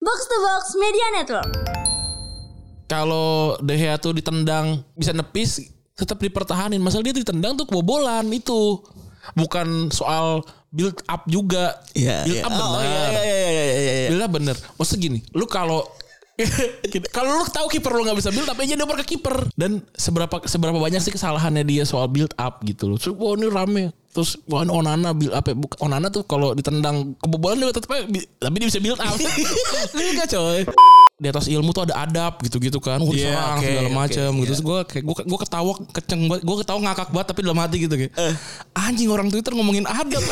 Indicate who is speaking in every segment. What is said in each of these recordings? Speaker 1: Box to Box Media Network.
Speaker 2: Kalau De Gea tuh ditendang bisa nepis tetap dipertahanin. Masalah dia ditendang tuh kebobolan itu. Bukan soal build up juga.
Speaker 3: Iya.
Speaker 2: build
Speaker 3: iya.
Speaker 2: up benar.
Speaker 3: Oh, iya, iya, iya, iya, iya, iya.
Speaker 2: Bila bener. Maksudnya gini, lu kalau kalau lu tahu kiper lu nggak bisa build up aja dioper ke kiper dan seberapa seberapa banyak sih kesalahannya dia soal build up gitu loh. Terus wah ini rame. Terus wah ini Onana build up ya. Bukan- Onana tuh kalau ditendang kebobolan dia tetap aja bi- tapi dia bisa build up. Ini enggak coy. Di atas ilmu tuh ada adab gitu-gitu kan. Urus
Speaker 3: Iya,
Speaker 2: orang
Speaker 3: oke,
Speaker 2: segala
Speaker 3: oke,
Speaker 2: macam
Speaker 3: iya.
Speaker 2: gitu. Terus gue kayak gue gue ketawa keceng banget. Gue ketawa ngakak banget tapi dalam hati gitu kayak.
Speaker 3: Eh.
Speaker 2: Anjing orang Twitter ngomongin adab.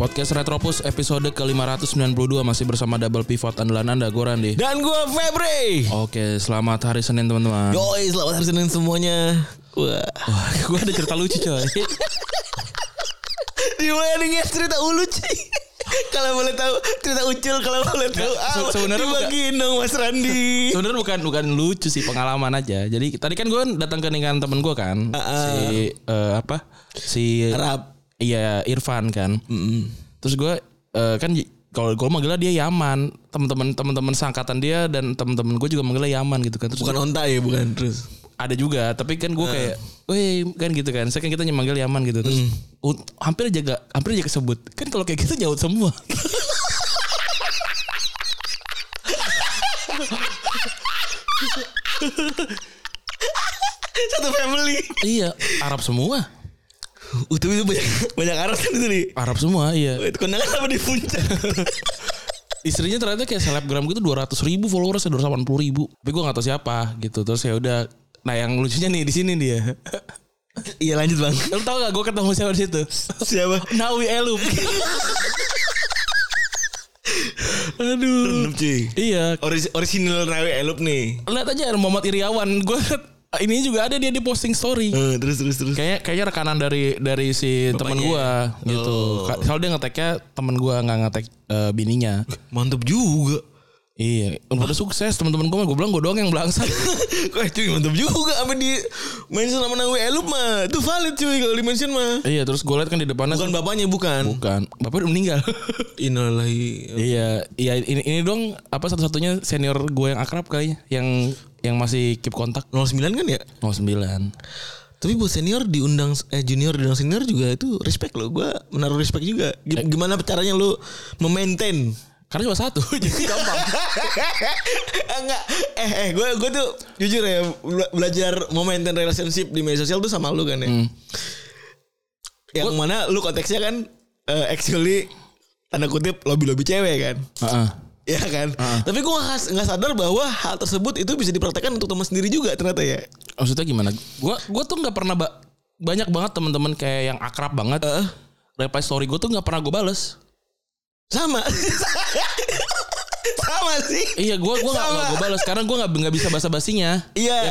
Speaker 2: Podcast Retropus episode ke-592 masih bersama double pivot andalan Anda gue Randy.
Speaker 3: Dan gue Febri.
Speaker 2: Oke, selamat hari Senin teman-teman.
Speaker 3: Yoi, selamat hari Senin semuanya. Wah.
Speaker 2: Wah, gue ada cerita lucu coy.
Speaker 3: Dimulai dengan cerita ulu cuy. kalau boleh tahu cerita ucul kalau boleh tahu
Speaker 2: Nggak, se-
Speaker 3: ah,
Speaker 2: sebenarnya
Speaker 3: dibagiin dong Mas Randi.
Speaker 2: Sebenarnya bukan bukan lucu sih pengalaman aja. Jadi tadi kan gue datang ke nikahan temen gue kan, si eh, apa si
Speaker 3: Rap.
Speaker 2: iya Irfan kan. Terus gue eh, kan y- kalau gue manggilnya dia Yaman, teman-teman teman-teman sangkatan dia dan teman-teman gue juga manggilnya Yaman gitu kan. Terus
Speaker 3: Bukan onta ya, bukan terus.
Speaker 2: ada juga tapi kan gue kayak weh kan gitu kan saya kan kita nyemanggil Yaman gitu terus un- hampir jaga hampir aja kesebut kan kalau kayak gitu nyaut semua
Speaker 3: Satu family.
Speaker 2: iya Arab semua
Speaker 3: Utuh itu banyak banyak arah kan itu nih.
Speaker 2: Arab semua iya
Speaker 3: Wait, Kondangan apa di puncak?
Speaker 2: istrinya ternyata kayak selebgram gitu 200 ribu followers 280 ribu tapi gue gak tahu siapa gitu terus ya udah nah yang lucunya nih di sini dia
Speaker 3: Iya lanjut bang.
Speaker 2: lu tau gak gue ketemu siapa di situ
Speaker 3: Siapa?
Speaker 2: Nawi Elup aduh
Speaker 3: Rendem cuy.
Speaker 2: iya
Speaker 3: Oris- original Nawi Elup nih.
Speaker 2: lihat aja Muhammad Iriawan gue ini juga ada dia di posting story
Speaker 3: Eh, terus terus terus.
Speaker 2: kayaknya kayaknya rekanan dari dari si teman gua gitu. Ka- Soalnya dia ngeteknya teman gua nggak ngetek eh, bininya.
Speaker 3: Mantep juga.
Speaker 2: Iya, udah sukses teman-teman gua mah gua bilang gua doang yang belangsat.
Speaker 3: Kok cuy mantep juga apa di mention sama Nawi Elup mah. Itu valid cuy kalau di mention mah.
Speaker 2: iya, terus gua liat kan di depannya
Speaker 3: Bukan bapaknya bukan.
Speaker 2: bukan. Bapak udah meninggal.
Speaker 3: Innalillahi.
Speaker 2: iya, iya ini ini dong apa satu-satunya senior gua yang akrab kayaknya yang yang masih keep kontak Oh,
Speaker 3: 09 kan ya?
Speaker 2: 09.
Speaker 3: Tapi buat senior diundang eh junior diundang senior juga itu respect loh. Gua menaruh respect juga. Gi- Gimana caranya lu memaintain?
Speaker 2: Karena cuma satu jadi gampang.
Speaker 3: Enggak. Eh eh gue gue tuh jujur ya bela- belajar memaintain relationship di media sosial tuh sama lu kan ya. Yang mana lu konteksnya kan eh, actually tanda kutip lobby-lobby cewek kan.
Speaker 2: Heeh.
Speaker 3: Ya kan. Tapi gue nggak sadar bahwa hal tersebut itu bisa dipraktekkan untuk teman sendiri juga ternyata ya.
Speaker 2: Maksudnya gimana? Gua gua tuh nggak pernah ba- banyak banget teman-teman kayak yang akrab banget.
Speaker 3: Heeh.
Speaker 2: Reply story gue tuh nggak pernah gue bales.
Speaker 3: Sama. sama sih.
Speaker 2: Iya gue gue nggak
Speaker 3: Sama.
Speaker 2: nggak gue balas karena gue nggak nggak bisa basa basinya.
Speaker 3: Iya.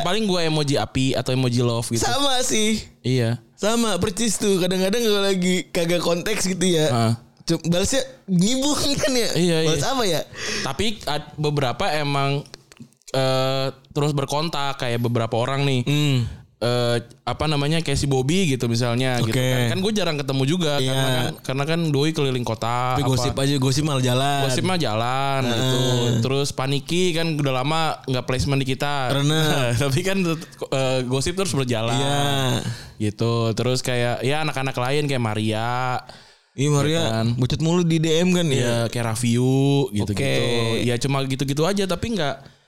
Speaker 2: Ya paling gue emoji api atau emoji love gitu.
Speaker 3: Sama sih.
Speaker 2: Iya.
Speaker 3: Sama percis tuh. Kadang-kadang kalau lagi kagak konteks gitu ya.
Speaker 2: Heeh.
Speaker 3: Cuma Balasnya ngibung kan ya.
Speaker 2: Iya, iya.
Speaker 3: Balas apa ya?
Speaker 2: Tapi ad- beberapa emang eh, terus berkontak kayak beberapa orang nih.
Speaker 3: Hmm.
Speaker 2: Eh, apa namanya kayak si Bobby gitu misalnya gitu
Speaker 3: Oke.
Speaker 2: kan, kan gue jarang ketemu juga
Speaker 3: Iya.
Speaker 2: karena kan karena kan doi keliling kota
Speaker 3: Tapi
Speaker 2: apa.
Speaker 3: gosip aja, Nah. gosip malah jalan.
Speaker 2: Gosip mah jalan gitu terus paniki kan udah lama nggak placement di kita
Speaker 3: Bener.
Speaker 2: tapi kan eh, gosip terus berjalan
Speaker 3: Iya.
Speaker 2: gitu terus kayak ya anak-anak lain kayak Maria
Speaker 3: Iya Maria,
Speaker 2: Kan.
Speaker 3: bucet mulu di DM kan ya.
Speaker 2: ya kayak Raviu gitu-gitu
Speaker 3: Oke.
Speaker 2: ya cuma gitu-gitu aja tapi nggak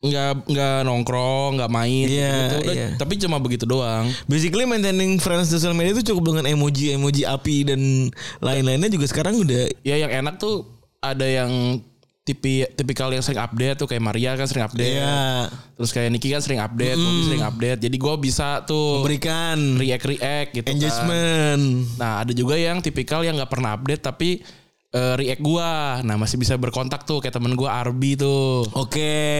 Speaker 2: nggak nggak nongkrong nggak main
Speaker 3: Iya,
Speaker 2: gitu Udah,
Speaker 3: iya.
Speaker 2: tapi cuma begitu doang
Speaker 3: Basically maintaining friends di social media itu cukup dengan emoji, emoji api dan lain-lainnya juga sekarang udah
Speaker 2: ya yang enak tuh ada yang tipi tipikal yang sering update tuh kayak Maria kan sering update
Speaker 3: ya
Speaker 2: terus kayak Niki kan sering update Bobby sering update jadi gue bisa tuh
Speaker 3: memberikan
Speaker 2: react react gitu kan.
Speaker 3: engagement.
Speaker 2: Nah ada juga yang tipikal yang nggak pernah update tapi eh, react gua. Nah masih bisa berkontak tuh kayak temen gua Arbi tuh,
Speaker 3: Oke.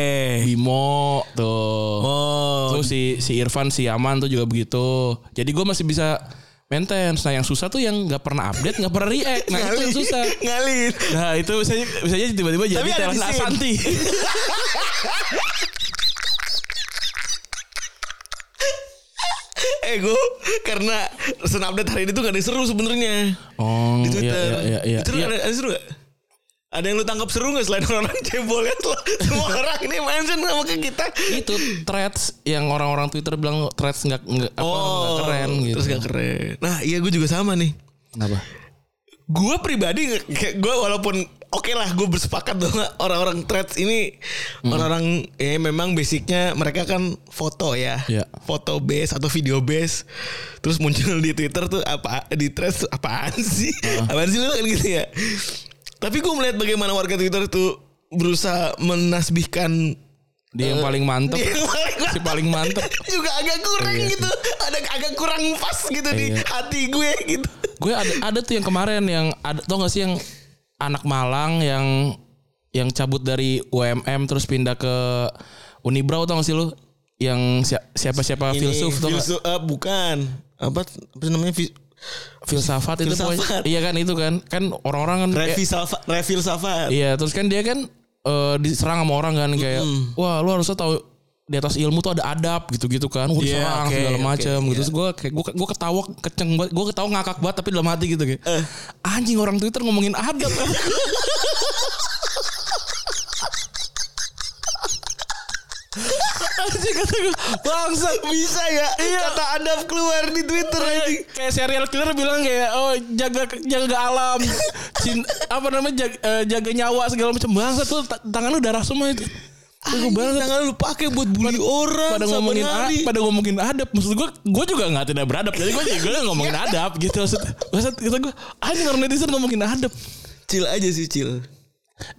Speaker 2: Bimo tuh.
Speaker 3: Oh,
Speaker 2: Terus si si Irfan si Yaman tuh juga begitu. Jadi gua masih bisa maintenance. Nah yang susah tuh yang nggak pernah update, nggak pernah react. Nah itu yang susah.
Speaker 3: Ngalir.
Speaker 2: Nah itu misalnya, misalnya tiba-tiba jadi
Speaker 3: Tapi ada di
Speaker 2: Telas
Speaker 3: scene.
Speaker 2: Asanti.
Speaker 3: Eh gue karena sen update hari ini tuh gak ada yang seru sebenarnya
Speaker 2: Oh
Speaker 3: di
Speaker 2: iya
Speaker 3: Twitter.
Speaker 2: iya iya. iya.
Speaker 3: Itu
Speaker 2: Iya.
Speaker 3: Ada, ada seru gak? Ada yang lu tangkap seru gak selain orang-orang cebol ya? Semua orang ini main sen sama ke kita.
Speaker 2: itu threads yang orang-orang Twitter bilang threads nggak nggak apa, nggak keren gitu.
Speaker 3: Oh, Terus gak keren. Nah iya gue juga sama nih.
Speaker 2: Kenapa?
Speaker 3: Gue pribadi nge- kayak gue walaupun oke lah gue bersepakat bahwa orang-orang threads ini
Speaker 2: Hmm.
Speaker 3: orang-orang ya memang basicnya mereka kan foto ya.
Speaker 2: Iya.
Speaker 3: Foto base atau video base. Terus muncul di Twitter tuh apa di threads tuh apaan sih? Apaan sih lu kan gitu ya. Tapi gue melihat bagaimana warga Twitter tuh berusaha menasbihkan
Speaker 2: Dia yang paling mantep,
Speaker 3: Eh, dia yang paling
Speaker 2: si paling mantep.
Speaker 3: juga agak kurang
Speaker 2: Iya sih.
Speaker 3: gitu ada agak kurang pas gitu di
Speaker 2: Iya.
Speaker 3: hati gue gitu
Speaker 2: Gue ada ada tuh yang kemarin yang ada tau gak sih yang anak Malang yang yang cabut dari UMM terus pindah ke Unibrau tau gak sih lu? Yang siapa siapa filsuf tau gak?
Speaker 3: filsuf eh, bukan apa apa namanya fi,
Speaker 2: filsafat itu
Speaker 3: Filsafat.
Speaker 2: pokoknya- iya kan itu kan kan orang-orang kan kayak-
Speaker 3: revi safa- refil safat
Speaker 2: iya terus kan dia kan eh, diserang sama orang kan kayak wah lu harusnya tahu di atas ilmu tuh ada adab gitu-gitu kan Wah,
Speaker 3: Iya,
Speaker 2: diserang
Speaker 3: oke,
Speaker 2: segala
Speaker 3: oke,
Speaker 2: macam gitu terus gue kayak gue gue ketawa keceng banget gue ketawa ngakak banget tapi dalam hati gitu kayak
Speaker 3: Eh.
Speaker 2: anjing orang twitter ngomongin adab anjing kata gue bangsa
Speaker 3: bisa ya
Speaker 2: Iya.
Speaker 3: kata adab keluar di twitter anjing
Speaker 2: kayak serial killer bilang kayak oh jaga jaga alam Cin- apa namanya jaga, eh, jaga nyawa segala macam bangsa tuh ta- tangan lu darah semua itu
Speaker 3: Anjing, tangan lu pakai buat bully orang
Speaker 2: pada
Speaker 3: saban
Speaker 2: ngomongin a-
Speaker 3: hari.
Speaker 2: pada ngomongin adab maksud gue gue juga nggak tidak beradab jadi gue juga ngomongin adab gitu maksud maksud kita gue anjing orang netizen ngomongin adab
Speaker 3: chill aja sih chill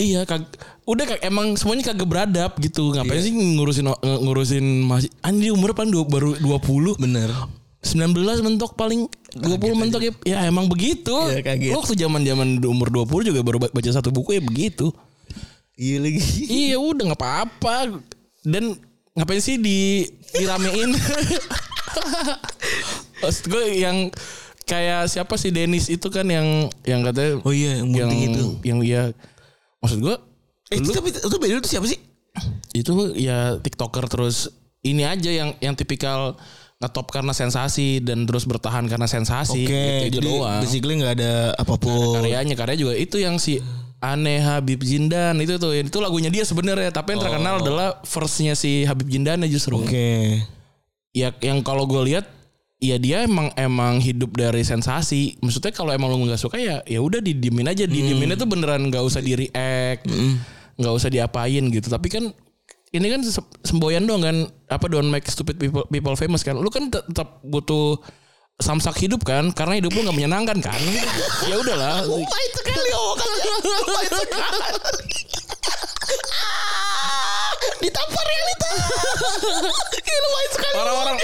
Speaker 2: iya kag udah kag emang semuanya kagak beradab gitu ngapain
Speaker 3: Iya.
Speaker 2: sih ngurusin o- ng- ngurusin masih anjing umur pan dua, baru 20
Speaker 3: bener
Speaker 2: 19 mentok paling 20 mentok ya, ya emang begitu.
Speaker 3: Iya, kaget.
Speaker 2: Lu waktu zaman-zaman umur 20 juga baru ba- baca satu buku ya begitu.
Speaker 3: iya lagi
Speaker 2: iya udah nggak apa-apa. Dan ngapain sih di diramein? Maksud gue yang kayak siapa sih Dennis itu kan yang yang katanya
Speaker 3: oh iya yang
Speaker 2: yang
Speaker 3: penting itu
Speaker 2: yang ya maksud gue
Speaker 3: eh itu tapi itu beda itu siapa sih
Speaker 2: itu ya tiktoker terus ini aja yang yang tipikal ngetop karena sensasi dan terus bertahan karena sensasi gitu, itu doang.
Speaker 3: basically nggak ada apapun
Speaker 2: karyanya karya juga itu yang si aneh Habib Jindan itu tuh itu lagunya dia sebenarnya tapi yang terkenal adalah verse-nya si Habib Jindan justru
Speaker 3: oke
Speaker 2: ya yang kalau gue lihat ya dia emang emang hidup dari sensasi maksudnya kalau emang lu nggak suka ya ya udah didiemin aja didieminnya tuh beneran nggak usah di react nggak usah diapain gitu tapi kan ini kan se- semboyan doang kan apa don't make stupid people people famous kan lu kan te- tetap butuh samsak hidup kan karena hidup lu nggak menyenangkan kan ya udahlah
Speaker 3: Pahit sekali omongannya. Pahit sekali. Ah, Ditampar realita. Gila pahit sekali.
Speaker 2: orang-orang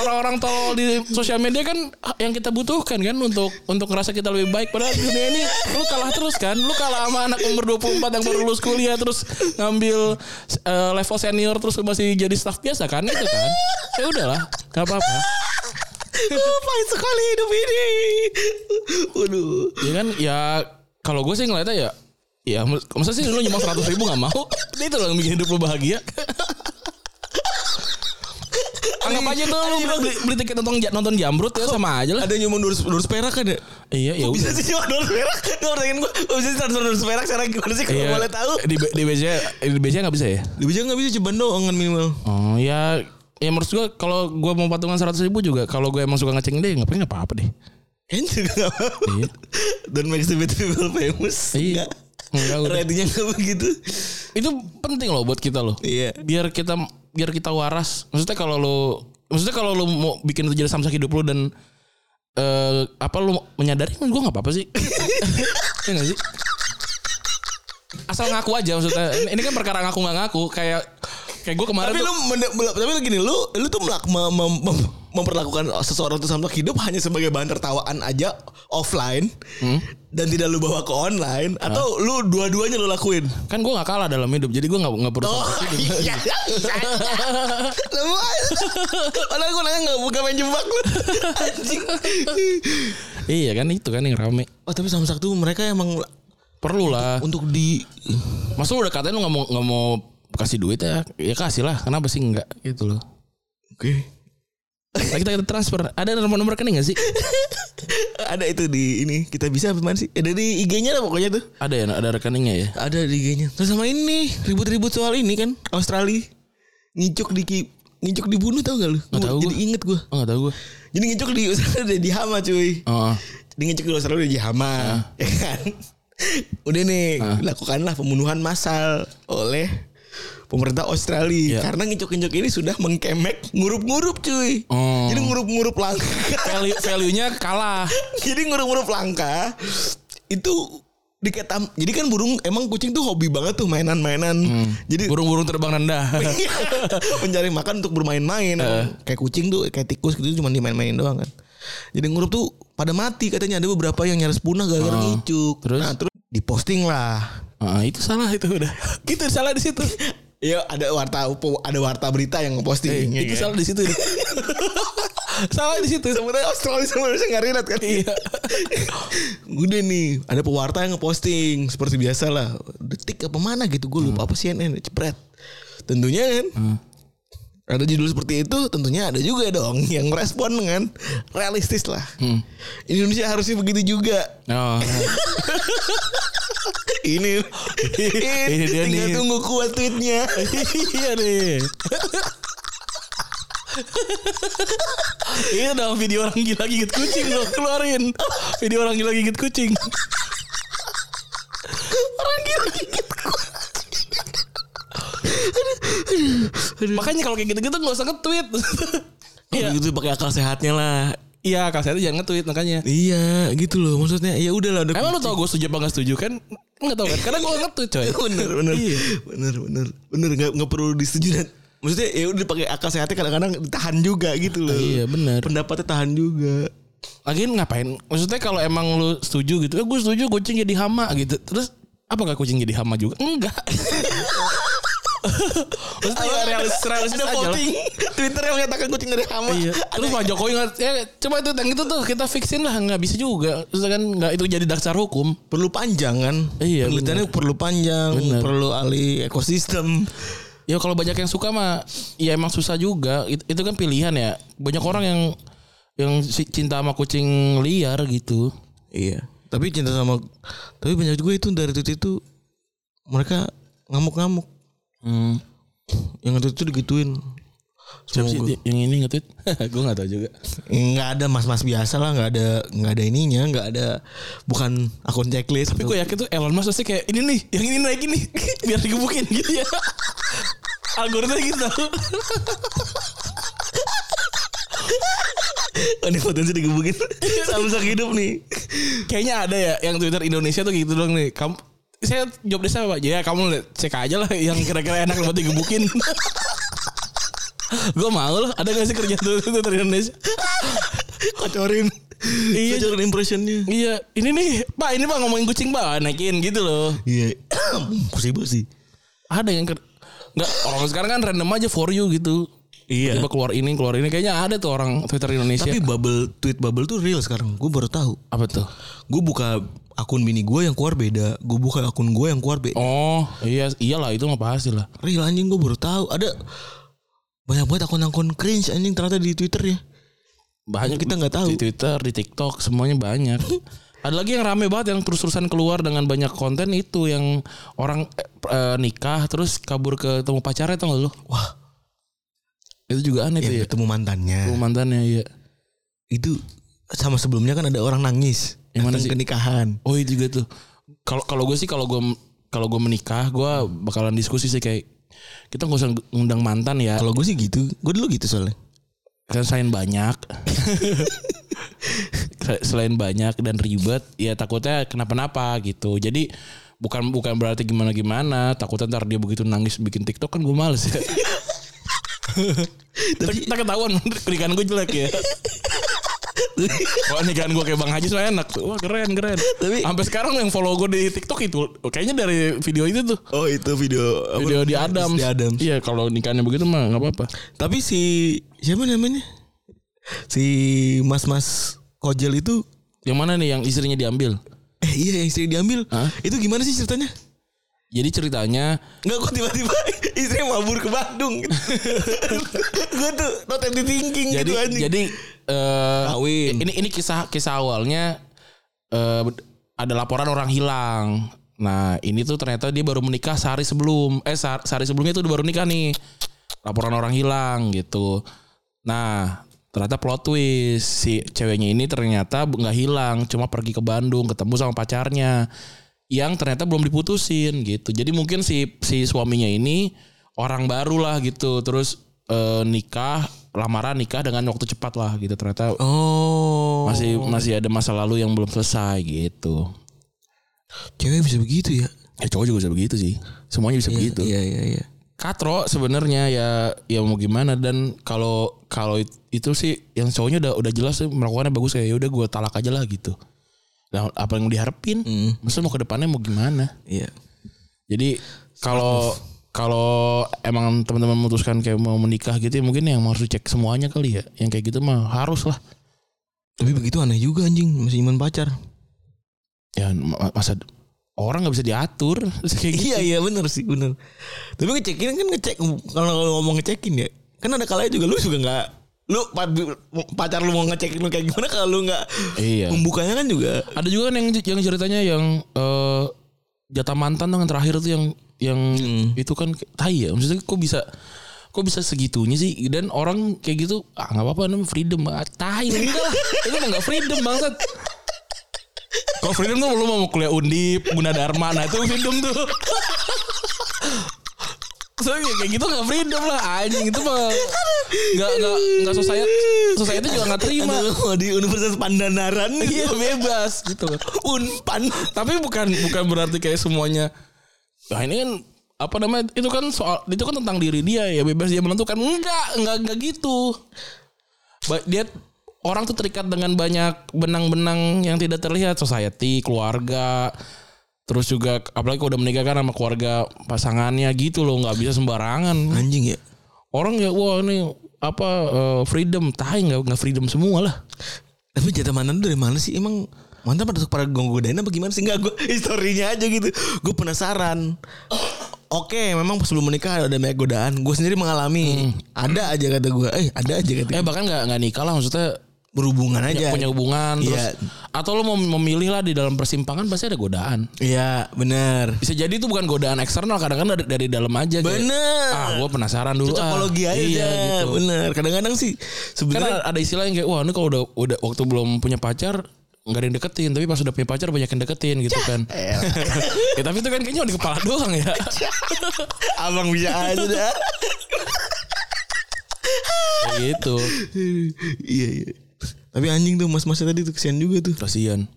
Speaker 2: orang-orang tolol di sosial media kan yang kita butuhkan kan untuk untuk ngerasa kita lebih baik padahal di dunia ini lu kalah terus kan lu kalah sama anak umur 24 yang baru lulus kuliah terus ngambil eh, level senior terus lu masih jadi staff biasa kan itu kan ya udahlah nggak apa-apa
Speaker 3: Oh, pahit sekali hidup ini. Waduh.
Speaker 2: ya kan ya kalau gue sih ngeliatnya ya ya masa sih lu nyumbang 100 ribu nggak mau itu loh yang bikin hidup lu bahagia anggap aja tuh lu beli, beli tiket nonton nonton jamrut ya sama aja lah
Speaker 3: Ada nyumbang 200 200 perak kan ya?
Speaker 2: Iya, ya
Speaker 3: Bisa
Speaker 2: udah.
Speaker 3: sih cuma 200 perak. Nggak pertanyaan gue. Kok "Oh, bisa sih 200 perak sekarang gimana sih kalau
Speaker 2: Iya.
Speaker 3: boleh tahu?
Speaker 2: Di di BJ di BJ nggak bisa ya?
Speaker 3: Di Bujang nggak bisa cobaan doang kan minimal.
Speaker 2: Oh ya ya menurut gua kalau gua mau patungan seratus ribu juga kalau gue emang suka ngeceng deh ngapain nggak apa-apa deh.
Speaker 3: Kayaknya juga nggak apa-apa.
Speaker 2: Iya.
Speaker 3: Don't make stupid people famous.
Speaker 2: Iya. Enggak, udah.
Speaker 3: Ratingnya nggak begitu.
Speaker 2: Itu penting loh buat kita loh.
Speaker 3: Iya.
Speaker 2: Biar kita biar kita waras. Maksudnya kalau lu maksudnya kalau lu mau bikin itu jadi samsak hidup lu dan eh apa lu menyadari "Hmm, gua nggak apa-apa sih. Iya nggak sih? Asal ngaku aja maksudnya. Ini ini kan perkara ngaku nggak ngaku kayak Kayak gue kemarin
Speaker 3: tapi
Speaker 2: tuh-
Speaker 3: lu mende- mel- tapi lu gini lu lu tuh melak mem- mem- mem- memperlakukan seseorang tuh sampai hidup hanya sebagai bahan tertawaan aja offline
Speaker 2: Hmm?
Speaker 3: dan tidak lu bawa ke online atau lu dua-duanya lu lakuin
Speaker 2: kan gue gak kalah dalam hidup jadi gue gak, nggak perlu
Speaker 3: oh iya
Speaker 2: gitu?
Speaker 3: lemah padahal gue nanya nggak buka main jebak lu anjing
Speaker 2: iya kan itu kan yang rame
Speaker 3: oh tapi samsak tuh mereka emang
Speaker 2: perlu lah
Speaker 3: untuk di
Speaker 2: masa lu udah katanya lu gak mau nggak mau kasih duit ya ya kasih lah kenapa sih enggak gitu loh
Speaker 3: oke
Speaker 2: nah, kita, kita transfer ada nomor-nomor rekening gak sih
Speaker 3: ada itu di ini kita bisa apa sih ada di IG-nya lah pokoknya tuh
Speaker 2: ada ya ada rekeningnya ya
Speaker 3: Ada di IG-nya. Terus sama ini ribut-ribut soal ini kan Australia ngicuk di ki- ngicuk dibunuh tau gak lu?
Speaker 2: Nggak tahu
Speaker 3: Gua
Speaker 2: gua.
Speaker 3: Jadi inget gue.
Speaker 2: oh, gak tau gue
Speaker 3: Jadi ngicuk di Australia udah di Hama cuy.
Speaker 2: oh,
Speaker 3: Di ngicuk di Australia udah di Hama, ya kan? Udah nih lakukanlah pembunuhan massal oleh pemerintah Australia
Speaker 2: Iya.
Speaker 3: karena ngicuk-ngicuk ini sudah mengkemek ngurup-ngurup cuy.
Speaker 2: Oh.
Speaker 3: Jadi ngurup-ngurup langkah.
Speaker 2: value value-nya kalah
Speaker 3: Jadi ngurup-ngurup langka itu diketam. Jadi kan burung emang kucing tuh hobi banget tuh mainan-mainan. Jadi
Speaker 2: burung-burung terbang rendah
Speaker 3: mencari makan untuk bermain-main. Kayak kucing tuh kayak tikus gitu cuma dimain-mainin doang kan. Jadi ngurup tuh pada mati katanya ada beberapa yang nyaris punah gara-gara
Speaker 2: Oh.
Speaker 3: ngicuk.
Speaker 2: Terus?
Speaker 3: Nah, terus diposting lah.
Speaker 2: Ah, itu salah itu udah itu Gitu salah di situ
Speaker 3: Ya ada warta ada warta berita yang ngeposting. ya
Speaker 2: Eh, itu
Speaker 3: kan?
Speaker 2: salah di situ salah di situ
Speaker 3: sebenarnya Australia sebenarnya nggak relate kan
Speaker 2: Iya.
Speaker 3: udah nih ada pewarta yang ngeposting seperti biasa lah detik apa mana gitu gue lupa apa CNN cepret tentunya kan
Speaker 2: Hmm.
Speaker 3: ada judul seperti itu tentunya ada juga dong yang merespon dengan realistis lah
Speaker 2: Hmm.
Speaker 3: Indonesia harusnya begitu juga
Speaker 2: oh,
Speaker 3: ini
Speaker 2: Ini dia
Speaker 3: tinggal
Speaker 2: nih.
Speaker 3: tunggu kuat tweetnya
Speaker 2: iya deh Iya dong video orang gila gigit kucing lo keluarin video orang gila gigit kucing
Speaker 3: orang gila gigit
Speaker 2: makanya kalau kayak gitu-gitu nggak usah nge-tweet
Speaker 3: Kalau gitu pakai akal sehatnya lah
Speaker 2: iya kasih aja jangan nge-tweet makanya
Speaker 3: iya gitu loh maksudnya ya udahlah udah
Speaker 2: emang lo tau gue setuju apa nggak setuju kan nggak tau kan karena gue nge-tweet coy
Speaker 3: bener bener
Speaker 2: Iya.
Speaker 3: bener bener bener nggak nggak perlu disetujui maksudnya ya udah pakai akal sehatnya kadang-kadang ditahan juga gitu loh
Speaker 2: Iya, bener.
Speaker 3: pendapatnya tahan juga
Speaker 2: Lagian ngapain? Maksudnya kalau emang lu setuju gitu, eh, gue setuju kucing jadi hama gitu. Terus apakah kucing jadi hama juga? Enggak. Maksudnya ya realis- realistis
Speaker 3: ada
Speaker 2: aja lah.
Speaker 3: voting Twitter yang menyatakan kucing dari hama
Speaker 2: Iya. Terus Pak Jokowi nggak, ya coba itu yang itu tuh kita fixin lah nggak bisa juga. Terus kan nggak itu jadi dasar hukum.
Speaker 3: perlu panjang kan
Speaker 2: Iya,
Speaker 3: penelitiannya perlu panjang
Speaker 2: Bener.
Speaker 3: perlu ahli ekosistem
Speaker 2: Ya kalau banyak yang suka mah ya emang susah juga. It- itu kan pilihan ya. Banyak orang yang yang si- cinta sama kucing liar gitu.
Speaker 3: iya tapi cinta sama tapi banyak juga itu dari tweet itu mereka ngamuk-ngamuk
Speaker 2: Hmm.
Speaker 3: yang tweet itu digituin
Speaker 2: Siapa sih
Speaker 3: Semoga-
Speaker 2: yang ini nge-tweet? gue nggak tahu juga.
Speaker 3: nggak ada mas-mas biasa lah nggak ada nggak ada ininya nggak ada bukan akun checklist
Speaker 2: Tapi ya? gue yakin tuh Elon Musk pasti kayak ini nih, yang ini naik ini, biar digebukin gitu ya. Algoritma gitu. tau.
Speaker 3: Oh, ini potensi digebukin samsak hidup nih
Speaker 2: Kayaknya ada ya yang Twitter Indonesia tuh gitu doang nih. Kamu saya job desa apa? Ya kamu lihat, cek aja lah yang kira-kira enak buat digebukin. gue mau lah, ada gak sih kerja tuh Twitter Indonesia?
Speaker 3: kocorin
Speaker 2: Iya.
Speaker 3: kocorin impressionnya
Speaker 2: Iya, ini nih, Pak, ini Pak ngomongin kucing, Pak, naikin gitu loh.
Speaker 3: iya possible sih
Speaker 2: Ada yang ker- nggak orang sekarang kan random aja for you gitu.
Speaker 3: Iya.
Speaker 2: Tiba keluar ini, keluar ini kayaknya ada tuh orang Twitter Indonesia.
Speaker 3: tapi bubble tweet bubble tuh real sekarang gue baru tahu
Speaker 2: apa tuh?
Speaker 3: gue buka akun bini gue yang keluar beda gue buka akun gue yang keluar beda
Speaker 2: Oh iya iyalah itu mah pasti lah.
Speaker 3: real anjing gue baru tahu ada banyak banget akun-akun cringe anjing ternyata di twitter ya
Speaker 2: Banyak
Speaker 3: Kita nggak tahu.
Speaker 2: di Twitter, di TikTok semuanya banyak. Ada lagi yang rame banget yang terus-terusan keluar dengan banyak konten itu yang orang eh, eh, nikah terus kabur ke temu pacarnya tau gak lu?
Speaker 3: wah Iya.
Speaker 2: Itu juga aneh tuh ya.
Speaker 3: yang ketemu mantannya
Speaker 2: Temu mantannya iya.
Speaker 3: itu sama sebelumnya kan ada orang nangis
Speaker 2: Yang mana
Speaker 3: datang
Speaker 2: sih?
Speaker 3: ke nikahan
Speaker 2: Oh itu juga tuh. Kalau kalau gue sih kalau gue kalau gue menikah gue bakalan diskusi sih kayak kita nggak usah ngundang mantan ya.
Speaker 3: kalau gue sih gitu gue dulu gitu soalnya
Speaker 2: kan selain banyak selain banyak dan ribet ya takutnya kenapa-napa gitu jadi bukan bukan berarti gimana gimana takutnya ntar dia begitu nangis bikin tiktok kan gue males ya tapi tak ketahuan pernikahan gue jelek ya Wah nikahan gue kayak Bang Haji mah enak Wah keren keren
Speaker 3: Tapi-
Speaker 2: Sampai sekarang yang follow gue di tiktok itu Kayaknya dari video itu tuh
Speaker 3: Oh itu video apa?
Speaker 2: Video di Adam
Speaker 3: Di Adam.
Speaker 2: Iya kalau nikahannya begitu mah gak apa-apa
Speaker 3: Tapi si siapa namanya? Si mas-mas kojel itu
Speaker 2: Yang mana nih yang istrinya diambil
Speaker 3: eh iya yang istri diambil.
Speaker 2: Hah?
Speaker 3: Itu gimana sih ceritanya?
Speaker 2: Jadi ceritanya
Speaker 3: Enggak kok tiba-tiba istri mabur ke Bandung. gue tuh not empty thinking
Speaker 2: jadi
Speaker 3: gitu anjing.
Speaker 2: jadi eh,
Speaker 3: Kawin.
Speaker 2: ini ini kisah kisah awalnya eh, ada laporan orang hilang nah ini tuh ternyata dia baru menikah sehari sebelum eh sehar- sehari sebelumnya tuh dia baru nikah nih laporan orang hilang gitu nah ternyata plot twist si ceweknya ini ternyata nggak hilang cuma pergi ke Bandung ketemu sama pacarnya yang ternyata belum diputusin gitu jadi mungkin si si suaminya ini orang baru lah gitu terus eh, nikah lamaran nikah dengan waktu cepat lah gitu ternyata
Speaker 3: oh.
Speaker 2: masih masih ada masa lalu yang belum selesai gitu
Speaker 3: Cewek bisa begitu ya?
Speaker 2: ya cowok juga bisa begitu sih semuanya bisa begitu
Speaker 3: Iya iya iya.
Speaker 2: katro sebenarnya ya ya mau gimana dan kalau kalau it- itu sih yang cowoknya udah udah jelas sih melakukannya bagus kayak udah gue talak aja lah gitu nah, apa yang diharapin
Speaker 3: Hmm.
Speaker 2: maksudnya mau ke depannya mau gimana
Speaker 3: Iya.
Speaker 2: jadi kalau kalau emang teman-teman memutuskan kayak mau menikah gitu ya mungkin yang harus dicek semuanya kali ya yang kayak gitu mah harus lah
Speaker 3: Tapi begitu aneh juga anjing masih iman pacar.
Speaker 2: ya ma- masa orang nggak bisa diatur kayak gitu.
Speaker 3: iya iya benar sih benar. Tapi ngecekin kan ngecek kalau kalau ngomong ngecekin ya. Kan ada kalanya juga lu juga nggak lu pa- pacar lu mau ngecekin lu kayak gimana kalau lu nggak
Speaker 2: Iya.
Speaker 3: membukanya kan juga
Speaker 2: Ada juga kan yang yang ceritanya yang eh, jatah mantan dengan terakhir tuh yang yang itu kan tai ya. Maksudnya kok bisa kok bisa segitunya sih dan orang kayak gitu ah nggak apa-apa namanya freedom ah, tai enggak lah itu mah nggak freedom bangsat kalau freedom tuh lu mau kuliah undip gunadarma nah itu freedom tuh Soalnya kayak- kayak gitu gak freedom lah anjing itu mah nggak nggak nggak society society juga nggak terima
Speaker 3: Atau lu mau di Universitas Pandanaran
Speaker 2: iya bebas gitu loh
Speaker 3: Unpan
Speaker 2: tapi bukan bukan berarti kayak semuanya nah ini kan apa namanya itu kan soal itu kan tentang diri dia ya bebas dia menentukan enggak enggak enggak gitu Ba- dia orang tuh terikat dengan banyak benang-benang yang tidak terlihat society keluarga terus juga apalagi kalau udah menikah kan sama keluarga pasangannya gitu loh nggak bisa sembarangan
Speaker 3: Anjing ya
Speaker 2: orang ya wah ini apa eh, freedom tai nggak nggak freedom semua lah
Speaker 3: Tapi jatah mantan tuh dari mana sih Emang mantan pada pada gonggodain apa gimana sih Enggak gue historinya aja gitu Gue penasaran Oke memang sebelum menikah ada banyak godaan Gue sendiri mengalami Ada aja kata gue Eh ada aja kata
Speaker 2: eh
Speaker 3: gua.
Speaker 2: bahkan nggak nggak nikah lah maksudnya
Speaker 3: Berhubungan
Speaker 2: punya,
Speaker 3: aja
Speaker 2: punya hubungan terus
Speaker 3: Iya.
Speaker 2: atau lo mau memilih lah di dalam persimpangan pasti ada godaan
Speaker 3: Iya bener
Speaker 2: bisa jadi itu bukan godaan eksternal kadang-kadang dari, dari dalam aja kayak,
Speaker 3: Bener.
Speaker 2: ah gue penasaran dulu ah.
Speaker 3: Cocokologi aja
Speaker 2: iya, gitu.
Speaker 3: Bener Kadang-kadang sih
Speaker 2: kan
Speaker 3: sebenarnya
Speaker 2: ada- ada istilah yang kayak wah ini kalau udah udah waktu belum punya pacar nggak ada yang deketin tapi pas udah punya pacar banyak yang deketin gitu kan
Speaker 3: Iya.
Speaker 2: ya, tapi itu kan kayaknya di kepala doang ya
Speaker 3: Abang bisa aja dah
Speaker 2: Kayak gitu
Speaker 3: Iya iya Tapi anjing tuh mas-masnya tadi tuh kesian juga tuh
Speaker 2: kasian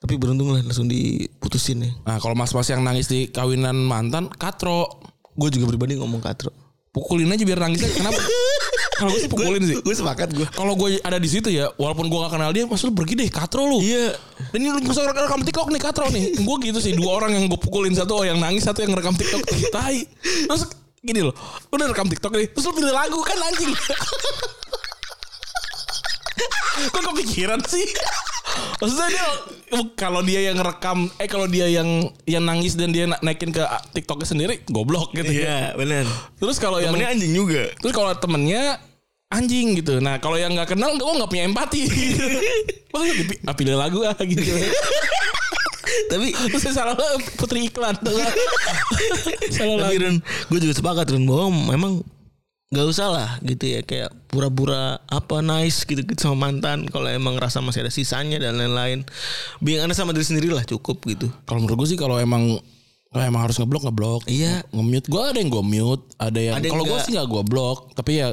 Speaker 3: Tapi beruntung lah langsung diputusin ya
Speaker 2: nah kalau mas-mas yang nangis di kawinan mantan katro
Speaker 3: Gue juga pribadi ngomong ke Atro
Speaker 2: pukulin aja biar nangisnya kenapa kalau gue sih pukulin sih
Speaker 3: Gue sepakat gue
Speaker 2: kalau gue ada di situ ya walaupun gue gak kenal dia maksud lu pergi deh katro lu
Speaker 3: Iya
Speaker 2: dan ini lu bisa rekam tiktok nih katro nih gue gitu sih dua orang yang gue pukulin satu yang nangis satu yang rekam tiktok tai terus gini loh lu udah rekam tiktok nih terus lu pilih lagu kan anjing kok kepikiran sih maksudnya dia kalau dia yang rekam eh kalau dia yang yang nangis dan dia na- naikin ke ah, tiktoknya sendiri goblok gitu ya
Speaker 3: Iya bener
Speaker 2: terus kalau yang
Speaker 3: Temennya anjing juga
Speaker 2: Terus kalau temennya anjing gitu. Nah kalau yang nggak kenal, gue nggak punya empati. Maksudnya dipi- ah, pilih lagu ah gitu.
Speaker 3: Tapi
Speaker 2: Terus yang salah lah, putri iklan. salah
Speaker 3: Tapi
Speaker 2: lagu.
Speaker 3: Ren Gue juga sepakat Ren Bahwa memang Gak usah lah gitu ya Kayak pura-pura Apa nice gitu-gitu sama mantan Kalau emang rasa masih ada sisanya Dan lain-lain Being honest sama diri sendiri lah cukup gitu
Speaker 2: Kalau menurut gue sih kalau emang kalau emang harus ngeblok ngeblok.
Speaker 3: Iya.
Speaker 2: Nge-mute. Gue ada yang gue mute. Ada yang.
Speaker 3: Ada yang
Speaker 2: Kalau gue
Speaker 3: nggak.
Speaker 2: sih nggak gue blok. Tapi ya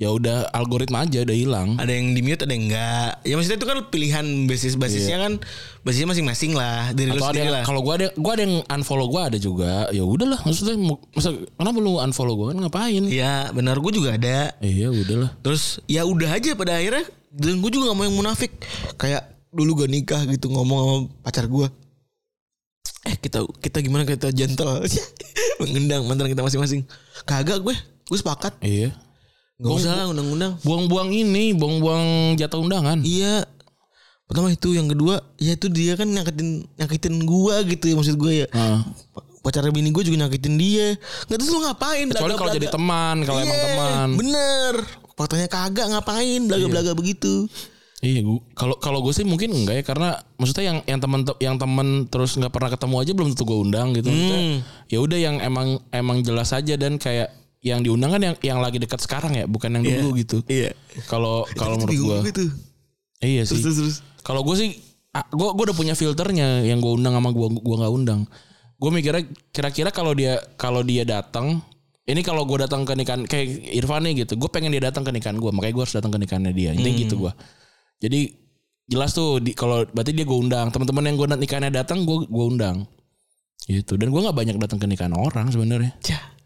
Speaker 2: ya udah algoritma aja udah hilang.
Speaker 3: ada yang di mute ada yang enggak ya maksudnya itu kan pilihan basis basisnya kan basisnya masing-masing lah dari
Speaker 2: Iya. Atau
Speaker 3: lu
Speaker 2: ada
Speaker 3: sendiri
Speaker 2: yang,
Speaker 3: lah
Speaker 2: kalau gua ada gua ada yang unfollow gua ada juga. Ya udahlah maksudnya mau- masa kenapa lu unfollow gua kan ngapain?
Speaker 3: ya benar gue juga ada
Speaker 2: Iya udahlah.
Speaker 3: terus ya udah aja pada akhirnya dan gue juga gak mau yang munafik kayak dulu gak nikah gitu ngomong sama pacar gue eh kita kita gimana kita gentle mengendang mantan kita masing-masing kagak gue gue sepakat
Speaker 2: Iya.
Speaker 3: nggak usah lah undang-undang
Speaker 2: Buang-buang ini, buang-buang jatah undangan.
Speaker 3: Iya. Pertama itu, yang kedua, ya itu dia kan nyakitin nyakitin gua gitu ya maksud gua ya.
Speaker 2: Heeh.
Speaker 3: Pacarnya bini gua juga nyakitin dia. Nggak terus lu ngapain?
Speaker 2: Kecuali kalau jadi
Speaker 3: blaga-blaga?
Speaker 2: teman, kalau emang
Speaker 3: Iya,
Speaker 2: teman.
Speaker 3: Bener. Faktanya kagak ngapain blaga-blaga begitu.
Speaker 2: Iya, gua- kalau kalau gue sih mungkin enggak ya karena maksudnya yang yang teman yang teman terus nggak pernah ketemu aja belum tentu gue undang gitu.
Speaker 3: Hmm.
Speaker 2: Maksudnya, Ya udah yang emang emang jelas aja dan kayak yang diundang kan yang yang lagi dekat sekarang ya, bukan yang dulu gitu.
Speaker 3: Iya.
Speaker 2: Kalau kalau
Speaker 3: Itu
Speaker 2: menurut
Speaker 3: bingung
Speaker 2: gue,
Speaker 3: gua tuh.
Speaker 2: iya sih.
Speaker 3: Terus terus. terus.
Speaker 2: Kalau gue sih, gue gue udah punya filternya yang gue undang sama gue gue nggak undang. Gue mikirnya kira-kira kalau dia kalau dia datang, ini kalau gue datang ke nikahan kayak Irfan nih gitu, gue pengen dia datang ke nikahan gue, makanya gue harus datang ke nikahannya dia. Intinya gitu gue. Jadi jelas tuh di, kalau berarti dia gue undang, teman-teman yang gue nikahannya datang, gue gue undang. Gitu. Dan gue nggak banyak datang ke nikahan orang sebenarnya.
Speaker 3: Cah.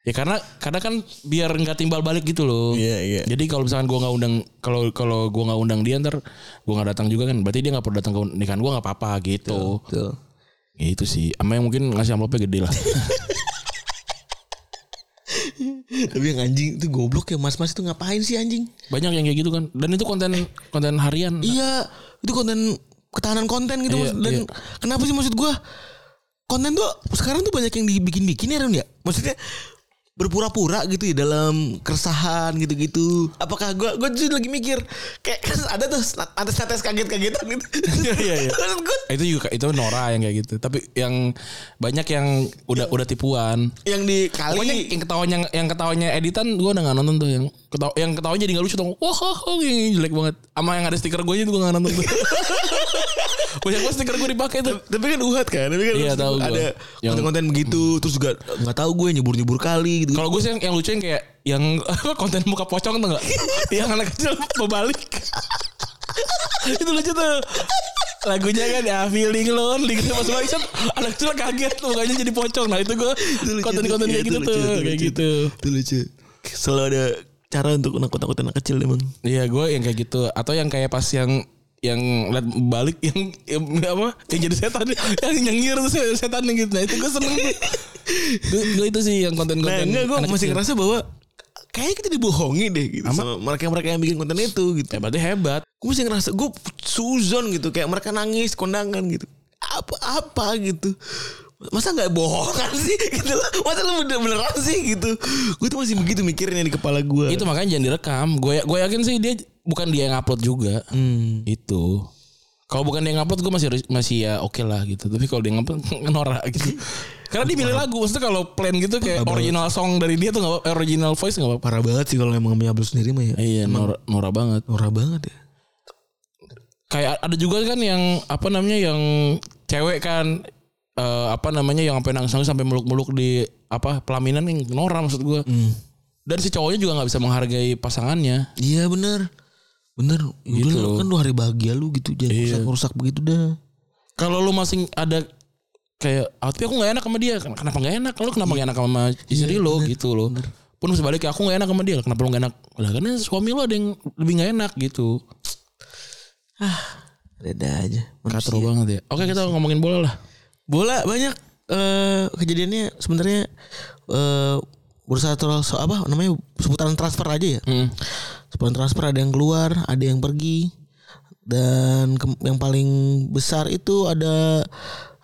Speaker 2: Ya karena karena kan biar nggak timbal balik gitu loh.
Speaker 3: Iya, iya.
Speaker 2: Jadi kalau misalkan gua nggak undang kalau kalau gua nggak undang dia ntar gua nggak datang juga kan. Berarti dia nggak perlu datang ke nikahan gua nggak apa-apa gitu.
Speaker 3: Tuh.
Speaker 2: Gitu sih. Ama yang mungkin ngasih amplopnya gede lah.
Speaker 3: Tapi yang anjing itu goblok ya mas-mas itu ngapain sih anjing?
Speaker 2: Banyak yang kayak gitu kan. Dan itu konten konten harian.
Speaker 3: Iya, itu konten ketahanan konten gitu
Speaker 2: Iya,
Speaker 3: maksud- dan
Speaker 2: iya.
Speaker 3: kenapa sih maksud gua konten tuh sekarang tuh banyak yang dibikin-bikin ya Ren ya. Maksudnya berpura-pura gitu ya dalam keresahan gitu-gitu. Apakah gua gua justru lagi mikir kayak ada tuh ada status kaget-kagetan gitu.
Speaker 2: Iya, iya, iya.
Speaker 3: Maksud gua
Speaker 2: Itu juga itu Nora yang kayak gitu. Tapi yang banyak yang udah udah tipuan.
Speaker 3: yang dikali
Speaker 2: Pokoknya yang ketawanya yang ketawanya editan gua udah gak nonton tuh yang ketawa yang ketawanya jadi gak lucu tuh. Wah, yang jelek banget. Sama yang ada stiker gue aja tuh gue gak nonton tuh. Banyak banget stiker gue dipakai tuh.
Speaker 3: tapi kan uhat kan, tapi kan
Speaker 2: Iya,
Speaker 3: maksud
Speaker 2: tahu
Speaker 3: gua
Speaker 2: gua.
Speaker 3: ada
Speaker 2: Yang-
Speaker 3: konten-konten begitu, terus juga nggak tahu gue nyebur-nyebur kali gitu.
Speaker 2: Kalau gue sih yang, yang lucu yang kayak yang konten muka pocong tuh enggak? yang anak kecil berbalik. itu lucu tuh. Lagunya kan ya feeling lonely gitu pas balik set, anak kecil kaget mukanya jadi pocong. Nah itu gue
Speaker 3: Itu lucu
Speaker 2: konten-konten
Speaker 3: tuh.
Speaker 2: kayak gitu
Speaker 3: Iya, itu
Speaker 2: tuh
Speaker 3: lucu, itu
Speaker 2: kayak
Speaker 3: lucu.
Speaker 2: gitu.
Speaker 3: Itu lucu. Selalu ada cara untuk nakut-nakutin anak kecil emang.
Speaker 2: Iya gue yang kayak gitu atau yang kayak pas yang yang liat balik yang, yang apa yang jadi setan yang nyengir tuh se- setan gitu nah itu gue seneng gue, itu sih yang
Speaker 3: Nah,
Speaker 2: konten-konten
Speaker 3: enggak gue
Speaker 2: anak
Speaker 3: masih
Speaker 2: kecil.
Speaker 3: ngerasa bahwa kayaknya kita dibohongi deh gitu sama mereka-mereka yang bikin konten itu gitu.
Speaker 2: ya berarti hebat
Speaker 3: Gue masih ngerasa gue suzon gitu kayak mereka nangis kondangan gitu. Apa-apa gitu. Masa nggak bohongan sih gitu loh. Masa lu bener-beneran sih gitu. Gue tuh masih begitu mikirnya di kepala gue.
Speaker 2: Itu makanya jangan direkam. Gue gue yakin sih dia bukan dia yang upload juga. Itu. Kalau bukan dia yang upload gue masih masih ya oke lah gitu. Tapi kalau dia yang upload norak gitu. Karena dia milih lagu. Maksudnya kalau plan gitu kayak original song dari dia tuh nggak apa- original voice nggak apa-apa.
Speaker 3: parah banget sih kalau emang punya upload sendiri mah ya.
Speaker 2: Iya norak norak banget.
Speaker 3: Norak banget ya.
Speaker 2: Kayak ada juga kan yang apa namanya yang cewek kan eh, apa namanya yang sampai nangis sampai meluk-meluk di apa pelaminan yang norak maksud gue. Dan si cowoknya juga nggak bisa menghargai pasangannya.
Speaker 3: Iya bener Bener Ya
Speaker 2: Gitu
Speaker 3: udah
Speaker 2: loh.
Speaker 3: kan lu hari bahagia lu gitu Jangan
Speaker 2: Iya.
Speaker 3: rusak-rusak begitu dah
Speaker 2: kalau lu masih ada kayak ah, tapi aku nggak enak sama dia Ken- kenapa nggak enak lu kenapa nggak enak sama istri lo gitu lo pun sebaliknya aku nggak enak sama dia kenapa lu nggak enak lah karena suami lo ada yang lebih nggak enak gitu
Speaker 3: Ada aja
Speaker 2: katro banget ya oke kita ngomongin bola lah
Speaker 3: Bola banyak eh, Kejadiannya sebenarnya eh Bursa transfer apa namanya Seputaran transfer aja ya
Speaker 2: Hmm.
Speaker 3: Seputaran transfer ada yang keluar Ada yang pergi Dan ke- yang paling besar itu ada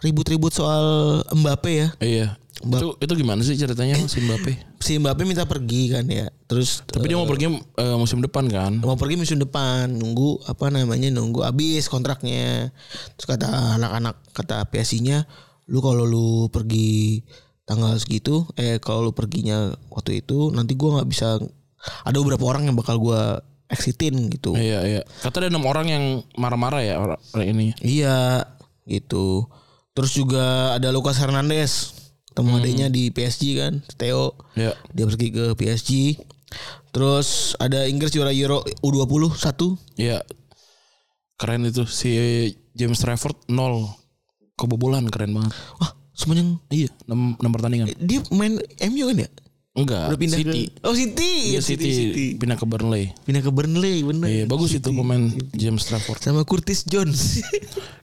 Speaker 3: Ribut-ribut soal Mbappe ya
Speaker 2: iya
Speaker 3: Mbak-
Speaker 2: itu itu gimana sih ceritanya si Mbappe
Speaker 3: Si Mbappe minta pergi kan ya Terus
Speaker 2: tapi dia mau pergi eh, musim depan kan
Speaker 3: mau pergi musim depan nunggu apa namanya nunggu habis kontraknya terus kata anak-anak kata PSI-nya lu kalau lu pergi tanggal segitu eh kalau lu perginya waktu itu nanti gua nggak bisa ada beberapa orang yang bakal gua exitin gitu
Speaker 2: iya iya kata ada enam orang yang marah-marah ya orang, orang ini
Speaker 3: iya gitu terus juga ada Lucas Hernandez teman adiknya di PSG kan Theo
Speaker 2: ya
Speaker 3: dia pergi ke PSG Terus ada Inggris juara Euro U20 satu.
Speaker 2: Iya. Keren itu si James Trafford nol kebobolan keren banget.
Speaker 3: Wah, semuanya
Speaker 2: Iya, 6, pertandingan.
Speaker 3: dia main MU kan ya?
Speaker 2: Enggak,
Speaker 3: Udah pindah
Speaker 2: City.
Speaker 3: ke Oh, City.
Speaker 2: Iya, City, pindah ke Burnley.
Speaker 3: Pindah ke Burnley bener.
Speaker 2: Iya, bagus itu pemain James Trafford.
Speaker 3: Sama Curtis Jones.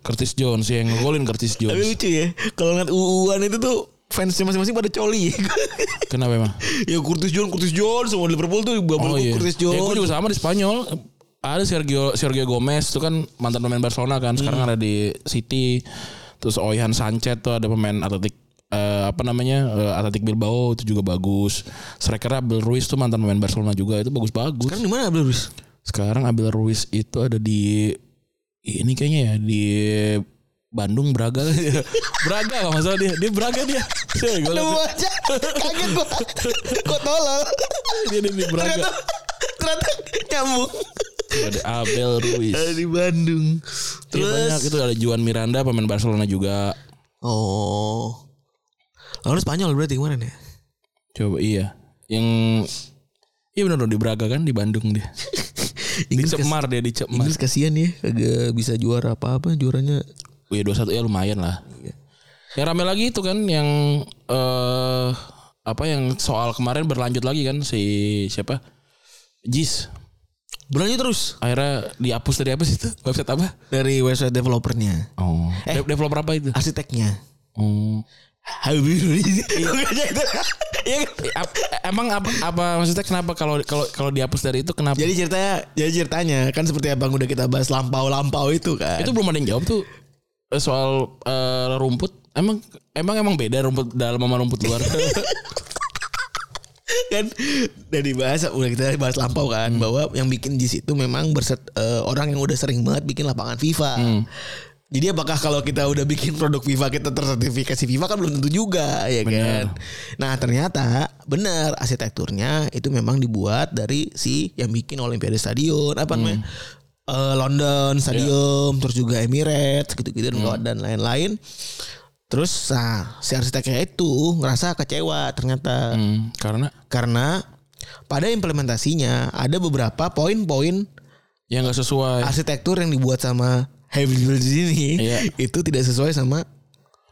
Speaker 2: Curtis Jones yang ngegolin Curtis
Speaker 3: Tapi
Speaker 2: Jones.
Speaker 3: lucu ya. Kalau ngeliat uuan itu tuh fansnya masing-masing pada coli.
Speaker 2: Kenapa emang?
Speaker 3: ya Curtis Jones, Curtis Jones semua di Liverpool tuh bapak
Speaker 2: Oh iya.
Speaker 3: Curtis
Speaker 2: Ya, gue
Speaker 3: Jones.
Speaker 2: juga sama di Spanyol. Ada Sergio Sergio Gomez itu kan mantan pemain Barcelona kan. Sekarang ada di City. Terus Oyan Sanchez tuh ada pemain Atletik eh, apa namanya eh, Atletik Bilbao itu juga bagus. Striker Abel Ruiz tuh mantan pemain Barcelona juga itu bagus-bagus.
Speaker 3: Sekarang di mana Abdul Ruiz?
Speaker 2: Sekarang Abel Ruiz itu ada di ini kayaknya ya di Bandung Braga Braga kalau nggak salah dia dia Braga dia. Saya gue
Speaker 3: Lu
Speaker 2: liat
Speaker 3: aja kaget gua. Gua tolol.
Speaker 2: dia dia di
Speaker 3: Ternyata
Speaker 2: Braga.
Speaker 3: ternyata nyambung.
Speaker 2: Ada Abel Ruiz.
Speaker 3: Ada di Bandung.
Speaker 2: Iya, banyak
Speaker 3: Terus
Speaker 2: itu ada Juan Miranda pemain Barcelona juga.
Speaker 3: Oh. Lalu Spanyol berarti kemarin ya?
Speaker 2: Coba iya. Yang Iya benar di Braga kan di Bandung dia. Di
Speaker 3: Inggris,
Speaker 2: Cemar dia di Cemar.
Speaker 3: Inggris kasihan ya, kagak bisa juara apa-apa, juaranya
Speaker 2: Iya 21 ya lumayan lah. Yang rame lagi itu kan yang eh apa yang soal kemarin berlanjut lagi kan si siapa? Jis.
Speaker 3: berlanjut terus
Speaker 2: Akhirnya dihapus dari apa sih itu? Website apa?
Speaker 3: dari website developernya,
Speaker 2: Oh. De- developer apa itu?
Speaker 3: arsiteknya.
Speaker 2: Oh.
Speaker 3: Habis. Iya kan?
Speaker 2: Eh, ap- emang apa, apa maksudnya kenapa kalau kalau kalau dihapus dari itu kenapa?
Speaker 3: Jadi ceritanya, jadi ceritanya kan seperti abang udah kita bahas lampau-lampau itu kan.
Speaker 2: itu belum ada yang jawab tuh eh, soal eh, rumput emang emang emang beda rumput dalam sama rumput luar
Speaker 3: kan dari bahas udah kita bahas lampau kan bahwa yang bikin JIS itu memang berset eh, orang yang udah sering banget bikin lapangan FIFA. Jadi apakah kalau kita udah bikin produk FIFA kita tersertifikasi FIFA kan belum tentu juga ya kan. Nah, ternyata benar arsitekturnya itu memang dibuat dari si yang bikin Olimpiade Stadion apa namanya? Eh, London Stadium terus juga Emirates gitu-gitu dan kawan- dan lain-lain. Terus nah, si arsiteknya itu ngerasa kecewa ternyata
Speaker 2: Hmm, karena
Speaker 3: karena pada implementasinya ada beberapa poin-poin
Speaker 2: yang ya nggak sesuai
Speaker 3: arsitektur yang dibuat sama Heavy Build ini
Speaker 2: Iya.
Speaker 3: itu tidak sesuai sama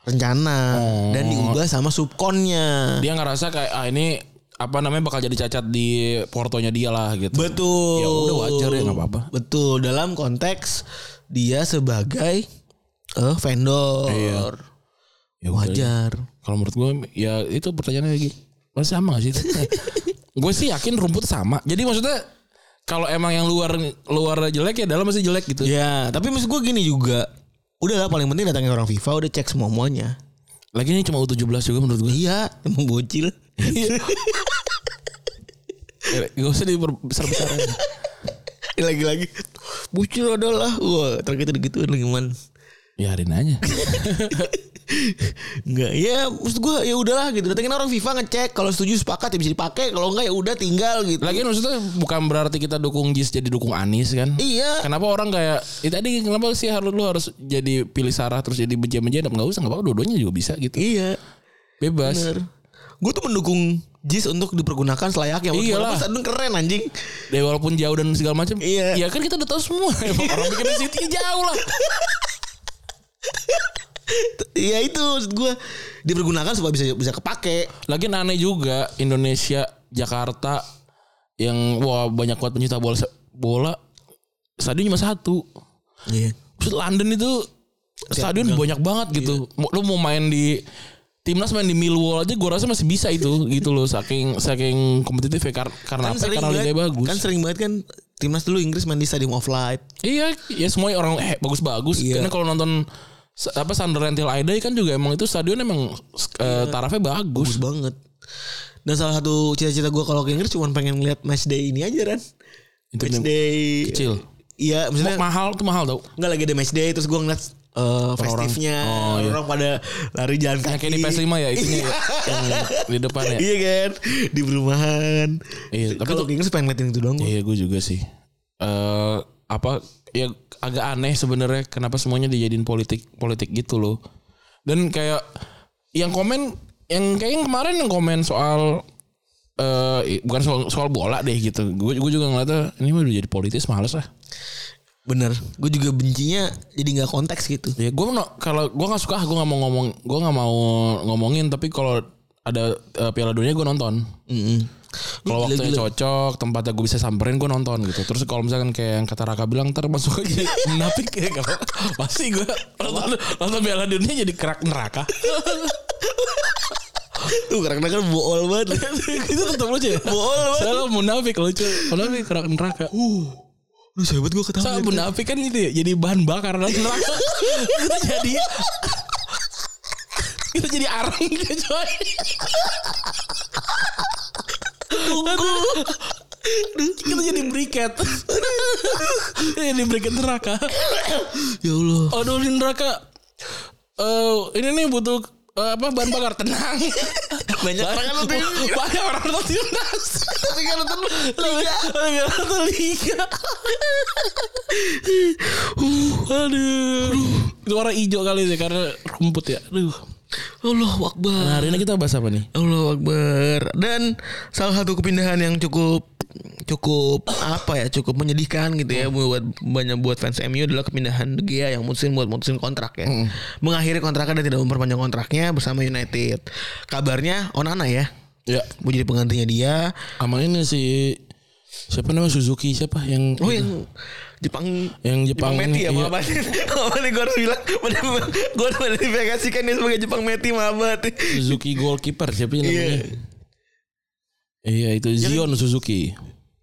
Speaker 3: rencana
Speaker 2: Oh.
Speaker 3: dan diubah sama subkonnya.
Speaker 2: dia ngerasa kayak ah ini apa namanya bakal jadi cacat di portonya dia lah gitu
Speaker 3: Betul.
Speaker 2: Ya udah, wajar ya, nggak apa-apa.
Speaker 3: Betul dalam konteks dia sebagai eh, vendor.
Speaker 2: Ya udah.
Speaker 3: Wajar.
Speaker 2: kalau menurut gue ya itu pertanyaannya lagi masih sama gak sih gue sih yakin rumput sama jadi maksudnya kalau emang yang luar luar jelek ya dalam masih jelek gitu
Speaker 3: Ya, tapi maksud gue gini juga. Udahlah paling penting datangnya orang FIFA udah cek semua-muanya.
Speaker 2: lagi ini cuma u17 juga menurut gue
Speaker 3: Iya, emang bocil.
Speaker 2: Iya, gak Eh, usah dibesar besaran
Speaker 3: lagi-lagi bucin adalah wah terkait gitu lagi man
Speaker 2: biarin aja
Speaker 3: Enggak ya maksud gue ya udahlah gitu datengin orang FIFA ngecek kalau setuju sepakat ya bisa dipakai kalau enggak ya udah tinggal gitu
Speaker 2: Lagian maksudnya bukan berarti kita dukung Jis jadi dukung Anis kan?
Speaker 3: iya
Speaker 2: Kenapa orang kayak itu tadi kenapa sih harus lu harus jadi pilih Sarah terus jadi benci-benci nggak usah nggak apa-apa dua-duanya juga bisa gitu
Speaker 3: iya
Speaker 2: bebas
Speaker 3: bener gue tuh mendukung JIS untuk dipergunakan selayaknya Walaupun
Speaker 2: Iyalah.
Speaker 3: stadion keren anjing
Speaker 2: ya walaupun jauh dan segala macam
Speaker 3: Iya.
Speaker 2: ya kan kita udah tahu semua Emang orang bikin di City jauh lah
Speaker 3: Iya itu maksud gue dipergunakan supaya bisa bisa kepake
Speaker 2: Lagian aneh juga Indonesia Jakarta yang wah banyak banget pencinta bola bola stadion cuma satu
Speaker 3: iya
Speaker 2: Maksud London itu stadion banyak banget gitu. Mau- Lu mau main di timnas main di Millwall aja gua rasa masih bisa itu gitu loh saking saking kompetitif ya kar- karena
Speaker 3: kan
Speaker 2: apa?
Speaker 3: sering
Speaker 2: Karena
Speaker 3: banget
Speaker 2: liganya bagus.
Speaker 3: kan sering banget kan timnas dulu Inggris main di Stadium of Light
Speaker 2: iya, ya semua orang eh, bagus-bagus.
Speaker 3: Iya.
Speaker 2: Karena kalau nonton s- apa Sunderland Till I Die kan juga emang itu stadion emang s- eh,
Speaker 3: Iya.
Speaker 2: tarafnya bagus.
Speaker 3: bagus banget. Dan salah satu cita-cita gue kalau ke Inggris cuma pengen ngeliat match day ini aja kan.
Speaker 2: Itu
Speaker 3: Match
Speaker 2: bener-
Speaker 3: day
Speaker 2: kecil.
Speaker 3: Iya, maksudnya
Speaker 2: mahal tuh mahal tau.
Speaker 3: nggak lagi ada match day terus gue ngeliat eh festifnya
Speaker 2: Oh, iya.
Speaker 3: orang pada lari jalan
Speaker 2: Yang
Speaker 3: kaki.
Speaker 2: kayak di PS5 ya itunya ya. yang di depan ya.
Speaker 3: Iya kan di perumahan.
Speaker 2: Iya, tapi
Speaker 3: Kalau ke Inggris pengen ngeliatin itu doang. gua.
Speaker 2: Iya gue juga sih. Eh apa ya agak aneh sebenarnya kenapa semuanya dijadiin politik politik gitu loh. Dan kayak yang komen yang kayaknya kemarin yang komen soal eh bukan soal soal bola deh gitu. Gue gue juga ngeliatnya ini mah udah jadi politis males lah.
Speaker 3: Bener. Gue juga bencinya jadi nggak konteks gitu.
Speaker 2: Ya gue no- kalau gue nggak suka gue nggak mau ngomong gue nggak mau ngomongin tapi kalau ada eh, Piala Dunia gue nonton.
Speaker 3: Mm-mm.
Speaker 2: Kalau
Speaker 3: Gila,
Speaker 2: waktunya
Speaker 3: gila.
Speaker 2: cocok, tempatnya gue bisa samperin, gue nonton gitu. Terus kalau misalkan kayak yang kata Raka bilang, ntar masuk aja menapik ya kalau pasti gue nonton, nonton Piala Dunia jadi kerak neraka.
Speaker 3: Tuh karena kan bool banget.
Speaker 2: Iya. Itu tetap lucu ya.
Speaker 3: bool banget.
Speaker 2: Saya lo munafik lucu, munafik kerak neraka.
Speaker 3: Lu hebat gue ketawa.
Speaker 2: Soalnya munafik kan gitu ya, jadi bahan bakar dalam neraka. Kita jadi kita jadi arang gitu coy. Tunggu. Kita jadi briket. Kita jadi briket neraka.
Speaker 3: Ya Allah.
Speaker 2: Aduh di neraka. Eh, ini nih butuh eh, apa bahan bakar tenang
Speaker 3: Banyak banget lu tuh.
Speaker 2: banyak orang nonton timnas
Speaker 3: Tapi kan nonton
Speaker 2: liga liga nonton liga uh, aduh. itu warna hijau kali sih karena rumput ya aduh
Speaker 3: Allah Akbar.
Speaker 2: nah, hari ini kita bahas apa nih
Speaker 3: Allah Akbar. Dan salah satu kepindahan yang cukup cukup apa ya cukup menyedihkan gitu ya buat banyak buat fans MU adalah kepindahan De Gea yang mutusin buat mutusin kontrak ya. Mengakhiri kontraknya dan tidak memperpanjang kontraknya bersama United. Kabarnya Onana ya.
Speaker 2: ya
Speaker 3: Mau jadi penggantinya dia.
Speaker 2: sama ini si siapa namanya Suzuki siapa yang
Speaker 3: Oh yang Jepang
Speaker 2: yang
Speaker 3: Jepang
Speaker 2: iya. Jepang,
Speaker 3: Meti
Speaker 2: iya.
Speaker 3: ya maaf banget. Maaf nih gue harus bilang Gue harus menifikasikan dia sebagai Jepang Meti maaf banget
Speaker 2: Suzuki goalkeeper siapa sih namanya
Speaker 3: Iya
Speaker 2: iya itu Zion Suzuki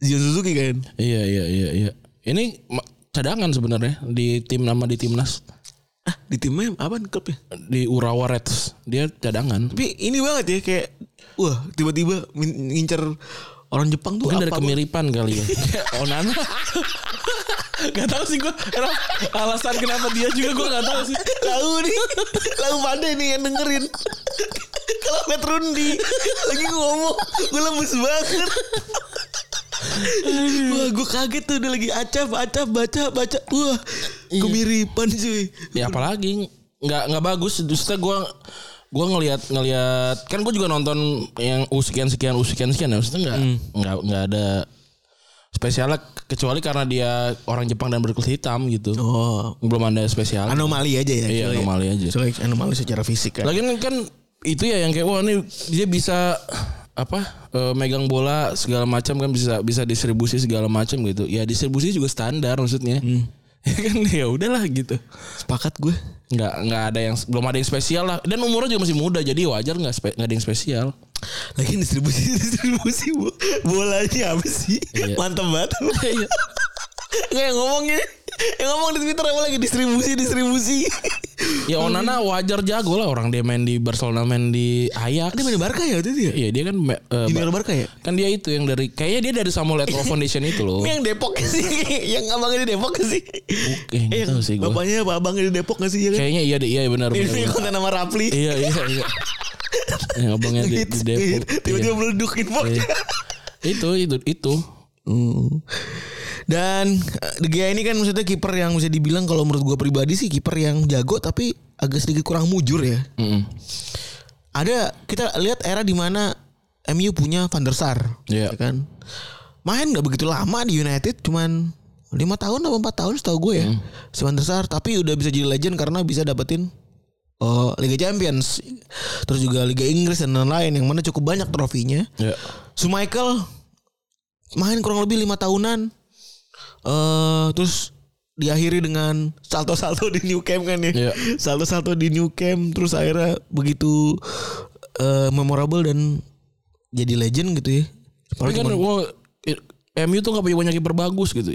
Speaker 3: Zion Suzuki kan
Speaker 2: iya iya iya iya ini ma- cadangan sebenarnya di tim nama di timnas
Speaker 3: Ah di timnya apaan klubnya
Speaker 2: di Urawa Reds dia cadangan
Speaker 3: Tapi ini banget ya kayak wah tiba-tiba min- ngincer orang Jepang tuh
Speaker 2: Mungkin dari
Speaker 3: apa? Oh,
Speaker 2: kemiripan kali ya. Onana. gak tau sih gue alasan kenapa dia juga gue gak tau sih.
Speaker 3: Lau nih, lau pandai nih yang dengerin. Kalau Petrundi lagi ngomong, gue lemes banget. Wah, gue kaget tuh udah lagi acap, acap, baca, baca. Wah,
Speaker 2: Iya.
Speaker 3: kemiripan cuy.
Speaker 2: Ya apalagi nggak nggak bagus. Justru gue gue ngelihat ngelihat kan gue juga nonton yang usian sekian usian sekian ya maksudnya
Speaker 3: Hmm.
Speaker 2: nggak nggak nggak ada spesialnya kecuali karena dia orang Jepang dan berkulit hitam gitu
Speaker 3: Oh,
Speaker 2: belum ada spesial
Speaker 3: anomali aja ya.
Speaker 2: Iya,
Speaker 3: cuy.
Speaker 2: anomali aja.
Speaker 3: Soalnya anomali secara fisik kan.
Speaker 2: Lagian kan itu ya yang kayak wah ini dia bisa apa eh, megang bola segala macam kan bisa bisa distribusi segala macam gitu. Ya distribusi juga standar maksudnya. Ya kan ya udahlah gitu.
Speaker 3: Sepakat gue.
Speaker 2: Nggak nggak ada yang belum ada yang spesial lah. Dan umurnya juga masih muda jadi wajar nggak spe- nggak ada yang spesial.
Speaker 3: Lagi distribusi distribusi bo- bolanya apa sih?
Speaker 2: Iya.
Speaker 3: Mantep banget.
Speaker 2: Iya.
Speaker 3: Nggak yang ngomongnya Yang ngomong di Twitter apa lagi distribusi distribusi
Speaker 2: ya Onana wajar jago lah orang dia main di Barcelona main di Ajax.
Speaker 3: Dia main Barca ya waktu itu ya
Speaker 2: Iya dia kan me- eh,
Speaker 3: Junior Barca ya
Speaker 2: kan dia itu yang dari kayaknya dia dari Samuel Eto'o Foundation itu loh.
Speaker 3: Ini yang Depok sih Yang abangnya di Depok sih
Speaker 2: Eh, nggak tahu sih gua.
Speaker 3: Bapaknya apa abangnya di Depok gak sih ya kan
Speaker 2: Kayaknya iya deh, iya benar
Speaker 3: Ini
Speaker 2: benar. benar.
Speaker 3: konten nama Rapli
Speaker 2: iya iya iya yang abangnya di, di
Speaker 3: Hits,
Speaker 2: Depok
Speaker 3: hits. Gitu, Tiba-tiba
Speaker 2: Iya.
Speaker 3: meleduk infonya
Speaker 2: itu itu itu
Speaker 3: Hmm. Dan eh, De Gea ini kan maksudnya kiper yang bisa dibilang kalau menurut gue pribadi sih kiper yang jago tapi agak sedikit kurang mujur ya.
Speaker 2: Mm-mm.
Speaker 3: ada kita lihat era di mana MU punya Van der Sar,
Speaker 2: Iya.
Speaker 3: ya kan? Main nggak begitu lama di United, cuman lima tahun atau empat tahun setahu gue ya, si Van der Sar. Tapi udah bisa jadi legend karena bisa dapetin eh, Liga Champions, terus juga Liga Inggris dan lain-lain yang mana cukup banyak trofinya.
Speaker 2: ya
Speaker 3: Michael main kurang lebih lima tahunan, eh terus diakhiri dengan salto-salto di New Camp kan ya,
Speaker 2: Iya.
Speaker 3: salto-salto di New Camp, terus akhirnya begitu eh, memorable dan jadi legend gitu ya.
Speaker 2: tapi
Speaker 3: Padahal
Speaker 2: kan
Speaker 3: cuman-
Speaker 2: wah, i- MU tuh gak punya banyak kiper bagus gitu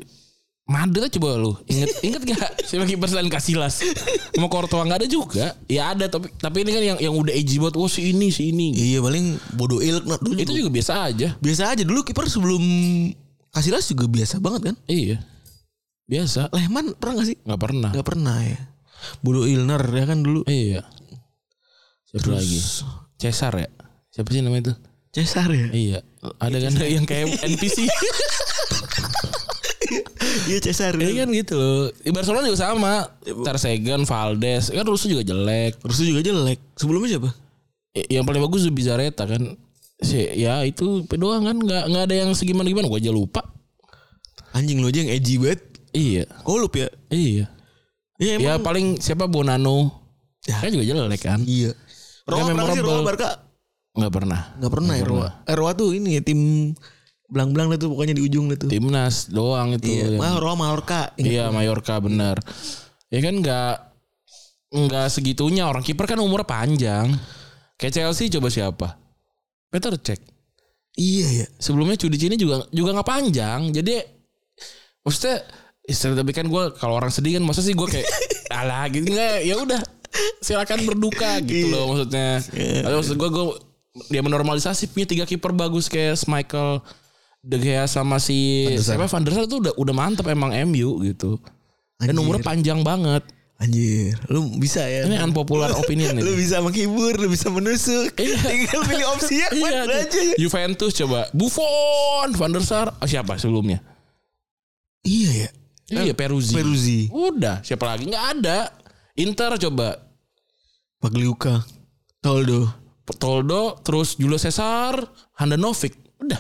Speaker 2: Madrid aja coba lu inget inget gak siapa kiper selain Casillas sama Courtois nggak ada juga ya ada tapi tapi ini kan yang yang udah edgy banget wah si ini si ini
Speaker 3: iya paling bodoh ilk nah, dulu
Speaker 2: itu juga biasa aja
Speaker 3: biasa aja dulu kiper sebelum Casillas juga biasa banget kan.
Speaker 2: iya biasa
Speaker 3: Lehman pernah gak sih?
Speaker 2: nggak pernah
Speaker 3: Gak pernah ya. Bodoh Ilner ya kan dulu.
Speaker 2: iya siapa lagi Cesar ya siapa sih namanya itu
Speaker 3: Cesar ya.
Speaker 2: iya ada kan yang kayak NPC
Speaker 3: Iya Cesar.
Speaker 2: Ini kan gitu loh. Di Barcelona juga sama. Ter Stegen, Valdes, kan Rusu juga jelek.
Speaker 3: Rusu juga jelek. Sebelumnya siapa?
Speaker 2: Y- Yang paling bagus Zubizarreta kan. si ya itu doang kan nggak nggak ada yang segimana gimana gue aja lupa
Speaker 3: Anjing lu aja yang edgy banget.
Speaker 2: iya
Speaker 3: Kolup ya.
Speaker 2: iya
Speaker 3: Iya
Speaker 2: ya paling siapa Bonano
Speaker 3: Ya.
Speaker 2: kan juga jelek kan
Speaker 3: Iya. Roa
Speaker 2: Ya,
Speaker 3: pernah sih Roa
Speaker 2: memorable.
Speaker 3: Barca?
Speaker 2: nggak pernah
Speaker 3: Gak pernah ya Roa. Eh, Roa tuh ini ya, tim belang-belang lah tuh pokoknya di ujung lah tuh.
Speaker 2: timnas doang itu
Speaker 3: Iya. kan.
Speaker 2: yang-
Speaker 3: Wah, Roa Mallorca. Ingat.
Speaker 2: Iya Mallorca benar. Ya kan nggak nggak segitunya orang kiper kan umurnya panjang. Kayak Chelsea coba siapa? Peter cek.
Speaker 3: Iya ya.
Speaker 2: Sebelumnya Cudic ini juga juga nggak panjang. Jadi maksudnya istri tapi kan gue kalau orang sedih kan masa sih gue kayak alah gitu nggak ya udah silakan berduka gitu
Speaker 3: Iya.
Speaker 2: loh maksudnya. Tapi maksud gue gue dia menormalisasi punya tiga kiper bagus kayak Michael De Gea sama si
Speaker 3: Van der Sar.
Speaker 2: siapa Van der Sar tuh udah udah mantep emang MU gitu. Dan
Speaker 3: Anjir.
Speaker 2: umurnya panjang banget.
Speaker 3: Anjir, lu bisa ya.
Speaker 2: Ini unpopular opinion
Speaker 3: lu
Speaker 2: ini.
Speaker 3: bisa menghibur, lu bisa menusuk.
Speaker 2: Iya.
Speaker 3: Tinggal pilih opsi ya,
Speaker 2: Iya,
Speaker 3: yang mana aja.
Speaker 2: aduh. Juventus coba. Buffon, Van der Sar, oh, siapa sebelumnya?
Speaker 3: Iya ya.
Speaker 2: Iya, Peruzzi.
Speaker 3: Peruzzi,
Speaker 2: Udah, siapa lagi? Nggak ada. Inter coba.
Speaker 3: Pagliuca, Toldo.
Speaker 2: Toldo, terus Julio Cesar, Handanovic. Udah.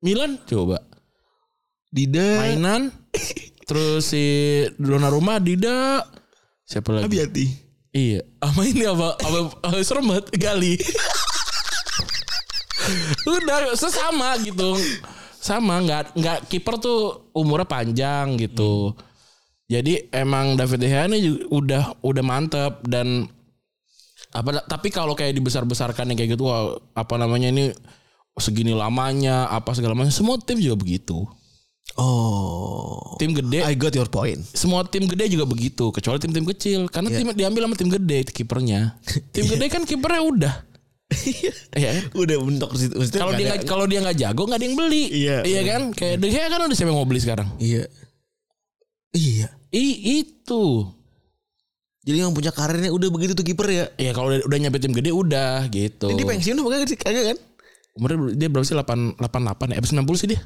Speaker 2: Milan coba.
Speaker 3: Dida,
Speaker 2: Mainan. terus si Donnarumma, Dida. Siapa lagi?
Speaker 3: Abiati.
Speaker 2: Iya. Apa ini apa? Apa, apa serem banget gali. Udah sesama gitu. Sama nggak nggak kiper tuh umurnya panjang gitu. Jadi emang David De Gea ini ju- udah udah mantep dan apa tapi kalau kayak dibesar-besarkan yang kayak gitu wah, apa namanya ini segini lamanya apa segala macam semua tim juga begitu.
Speaker 3: Oh.
Speaker 2: Tim gede
Speaker 3: I got your point.
Speaker 2: semua tim gede juga begitu kecuali tim-tim kecil karena
Speaker 3: Iya.
Speaker 2: tim diambil sama tim gede kipernya tim gede kan kipernya udah
Speaker 3: Iya.
Speaker 2: ya
Speaker 3: Udah mentok di situ. Maksudnya
Speaker 2: kalau
Speaker 3: nggak
Speaker 2: dia
Speaker 3: ada-
Speaker 2: nggak- kalau dia nggak jago nggak ada yang beli
Speaker 3: Iya.
Speaker 2: kan kayak De Gea kan udah siapa yang mau beli sekarang
Speaker 3: Iya. Iya.
Speaker 2: I, itu
Speaker 3: Jadi yang punya karirnya udah begitu tuh kiper ya. Oh.
Speaker 2: ya kalau udah, udah nyampe tim gede udah gitu
Speaker 3: Jadi pensiun apa kagak sih? Kagak kan?
Speaker 2: umurnya ber- dia berapa sih 8 88 ya abis 60 sih dia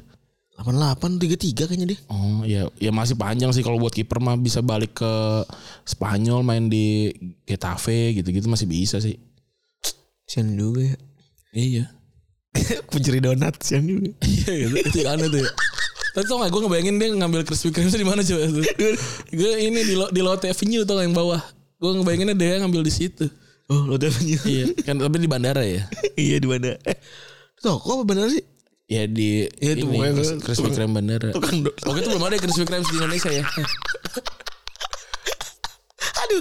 Speaker 3: 88 33 kayaknya deh.
Speaker 2: Oh ya ya masih panjang sih kalau buat kiper mah bisa balik ke Spanyol main di Getafe gitu-gitu masih bisa sih.
Speaker 3: Sian juga ya.
Speaker 2: Iya.
Speaker 3: Pencuri donat sian juga.
Speaker 2: Iya itu, itu yang aneh tuh ya. Tapi tau gak gue ngebayangin dia ngambil Krispy Kreme di mana coba tuh. Gue ini di, Lo- di Lotte Avenue tau gak yang bawah. Gue ngebayanginnya dia ngambil di situ.
Speaker 3: Oh, lo teleponnya.
Speaker 2: Iya. Kan tapi di bandara ya.
Speaker 3: iya di mana? Eh, toko apa benar sih?
Speaker 2: Ya di
Speaker 3: Iya, itu pokoknya
Speaker 2: Kris-
Speaker 3: tuh-
Speaker 2: Krispy Kreme bandara.
Speaker 3: tukang do-
Speaker 2: Oke itu belum ada Krispy Kreme di Indonesia ya.
Speaker 3: Aduh.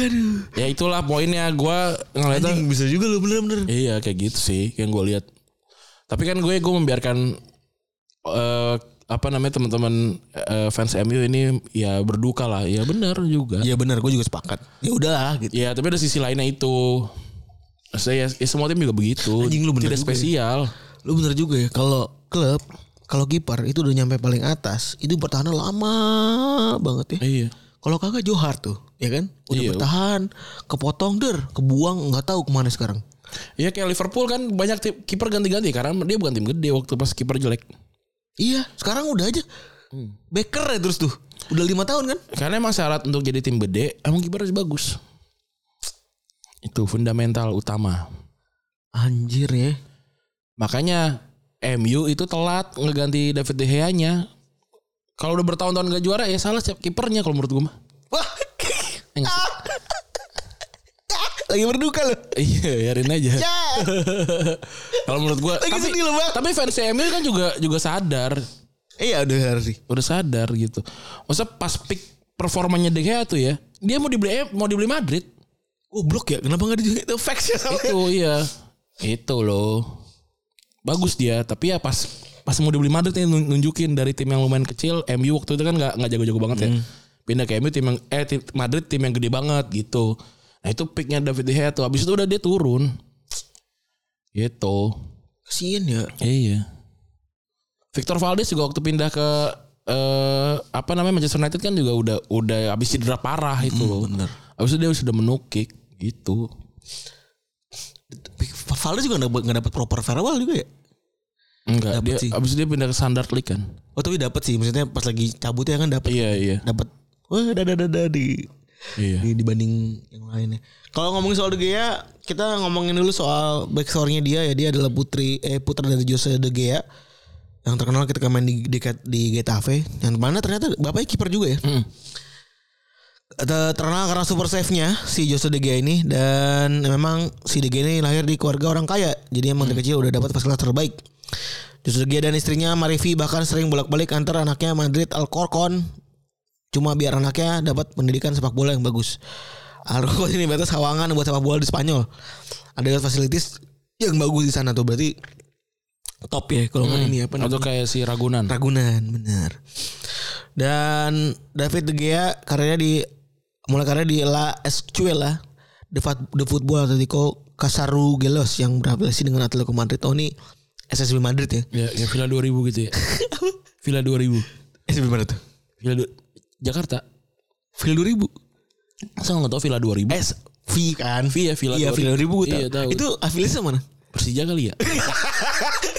Speaker 3: Aduh.
Speaker 2: ya itulah poinnya gue ngeliatnya
Speaker 3: Anjing bisa juga lo bener bener.
Speaker 2: Iya kayak gitu sih yang gue lihat. Tapi kan gue gue membiarkan eh, apa namanya teman-teman eh, fans MU ini ya berduka lah. Ya benar juga.
Speaker 3: Iya benar, gue juga sepakat. Ya udahlah gitu.
Speaker 2: Ya tapi ada sisi lainnya itu. Saya ya, semua tim juga begitu.
Speaker 3: Anjing, lu bener
Speaker 2: Tidak
Speaker 3: juga ya.
Speaker 2: spesial.
Speaker 3: Lu bener juga ya kalau klub kalau kiper itu udah nyampe paling atas, itu bertahan lama banget ya.
Speaker 2: Iya.
Speaker 3: Kalau kagak Johar tuh, ya kan? Udah
Speaker 2: Iya.
Speaker 3: bertahan, kepotong der, kebuang nggak tahu kemana sekarang.
Speaker 2: Iya kayak Liverpool kan banyak tim kiper ganti-ganti karena dia bukan tim gede waktu pas kiper jelek.
Speaker 3: Iya, sekarang udah aja. Baker ya terus tuh. Udah lima tahun kan?
Speaker 2: Karena emang syarat untuk jadi tim gede emang kiper harus bagus. Itu fundamental utama.
Speaker 3: Anjir ya.
Speaker 2: Makanya MU itu telat ngeganti David De Gea-nya. Kalau udah bertahun-tahun gak juara ya salah siap kipernya kalau menurut gue mah.
Speaker 3: Wah.
Speaker 2: Ya nggak sih?
Speaker 3: Lagi berduka loh.
Speaker 2: Iya, biarin aja.
Speaker 3: Ya.
Speaker 2: Kalau menurut gue,
Speaker 3: Lagi
Speaker 2: tapi,
Speaker 3: sedih loh, Bang.
Speaker 2: tapi fans MU kan juga juga sadar
Speaker 3: Iya udah harus sih.
Speaker 2: udah sadar gitu. Maksudnya pas peak performanya De Gea tuh ya, dia mau dibeli eh, mau dibeli Madrid.
Speaker 3: Goblok ya, kenapa gak dijual itu fax ya sama
Speaker 2: Itu iya. Itu loh. Bagus dia, tapi ya pas pas mau dibeli Madrid nih nun- nunjukin dari tim yang lumayan kecil, MU waktu itu kan nggak nggak jago-jago banget ya. Pindah ke MU tim yang eh tim- Madrid tim yang gede banget gitu. Nah itu peaknya David De Gea tuh. Habis itu udah dia turun. Gitu.
Speaker 3: Kasian ya.
Speaker 2: Iya. Victor Valdes juga waktu pindah ke eh, apa namanya Manchester United kan juga udah udah habis cedera parah itu loh.
Speaker 3: bener.
Speaker 2: Habis itu dia sudah menukik gitu.
Speaker 3: Valdo juga gak, nggak dapet proper farewell juga ya.
Speaker 2: Enggak,
Speaker 3: Dapet
Speaker 2: dia
Speaker 3: sih.
Speaker 2: habis itu dia pindah ke Standard League kan.
Speaker 3: ya Oh tapi dapet sih, maksudnya pas lagi cabutnya kan dapet.
Speaker 2: Iya, iya.
Speaker 3: Dapet. Wah dada dada di
Speaker 2: Iya.
Speaker 3: di- dibanding yang lainnya. Kalau ngomongin soal De Gea, kita ngomongin dulu soal backstory-nya dia ya. Dia adalah putri eh putra dari Jose De Gea yang terkenal ketika main di di, di Getafe. Yang mana ternyata bapaknya kiper juga ya. Ter- Terkenal karena super save-nya si Jose De Gea ini dan memang si De Gea ini lahir di keluarga orang kaya. Jadi emang dari kecil udah dapat fasilitas terbaik. Jose De Gea dan istrinya Marifi bahkan sering bolak-balik antar anaknya Madrid Alcorcon cuma biar anaknya dapat pendidikan sepak bola yang bagus. Alcorcon ini batas hawangan buat sepak bola di Spanyol. Ada fasilitas yang bagus di sana tuh berarti top ya kalau
Speaker 2: Hmm.
Speaker 3: nggak ini apa
Speaker 2: Atau kayak si Ragunan.
Speaker 3: Ragunan benar. Dan David De Gea karirnya di mulai karirnya di La Escuela de, Fut- de Football Atletico Casarugelos yang berafiliasi dengan Atletico Madrid. Oh ini SSB Madrid ya.
Speaker 2: Ya, ya Villa 2000 gitu ya. Villa 2000.
Speaker 3: SSB Madrid Eh, tuh.
Speaker 2: Villa du- Jakarta.
Speaker 3: Phil 2000.
Speaker 2: Saya nggak tahu Villa 2000.
Speaker 3: S V
Speaker 2: Eh,
Speaker 3: kan.
Speaker 2: V ya, Villa
Speaker 3: Iya,
Speaker 2: 2000.
Speaker 3: Villa 2000 gue
Speaker 2: Iya, tahu.
Speaker 3: Itu afiliasinya mana?
Speaker 2: Persija kali ya.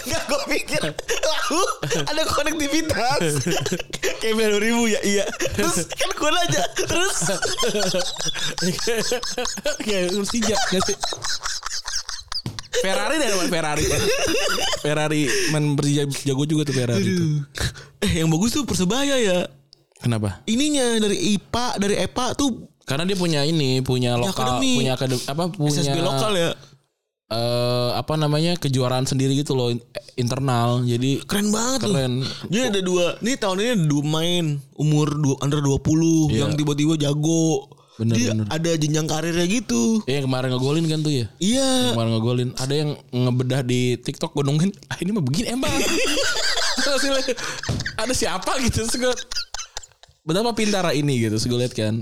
Speaker 3: Enggak gue pikir Lalu ada konektivitas Kayak Villa 2000 ya iya Terus kan gue nanya Terus
Speaker 2: Kayak Persija nggak sih? Ferrari dari mana Ferrari? Ferrari main Persija jago juga tuh Ferrari itu.
Speaker 3: Eh yang bagus tuh Persebaya ya
Speaker 2: Kenapa?
Speaker 3: Ininya dari IPA Dari EPA tuh
Speaker 2: Karena dia punya ini, punya lokal,
Speaker 3: akademi.
Speaker 2: punya akademi, apa punya
Speaker 3: SSB lokal ya
Speaker 2: eh, apa namanya kejuaraan sendiri gitu loh in- internal. Jadi
Speaker 3: Keren banget tuh
Speaker 2: Keren.
Speaker 3: Dia ada dua Nih tahun ini ada dua main Umur dua, under 20
Speaker 2: Iya.
Speaker 3: Yang tiba-tiba jago
Speaker 2: Bener,
Speaker 3: Dia
Speaker 2: bener.
Speaker 3: ada jenjang karirnya gitu
Speaker 2: eh, yang kemarin ngegolin kan tuh ya.
Speaker 3: Iya
Speaker 2: Kemarin ngegolin. Ada yang ngebedah di TikTok gue nungguin. Ah ini mah begini emang. Terus hasilnya, ada siapa gitu. Terus gue, betapa pintar ini gitu. Terus gue liat kan.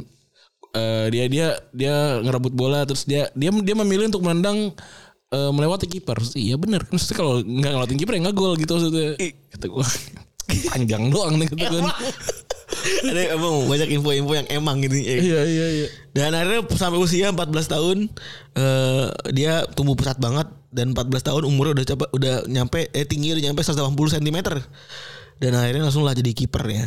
Speaker 2: eh, dia dia dia ngerebut bola terus dia dia dia memilih untuk menendang eh, melewati kiper Terus, iya bener maksudnya kalau nggak ngelawatin kiper ya nggak gol gitu maksudnya kata gue panjang doang nih kata gue
Speaker 3: Iya. Ada emang banyak info-info yang emang gitu ya.
Speaker 2: iya iya iya
Speaker 3: Dan akhirnya sampai usia 14 tahun eh, dia tumbuh pesat banget dan 14 tahun umurnya udah coba udah nyampe eh tinggi udah nyampe 180 cm. Dan akhirnya langsung lah jadi kiper ya.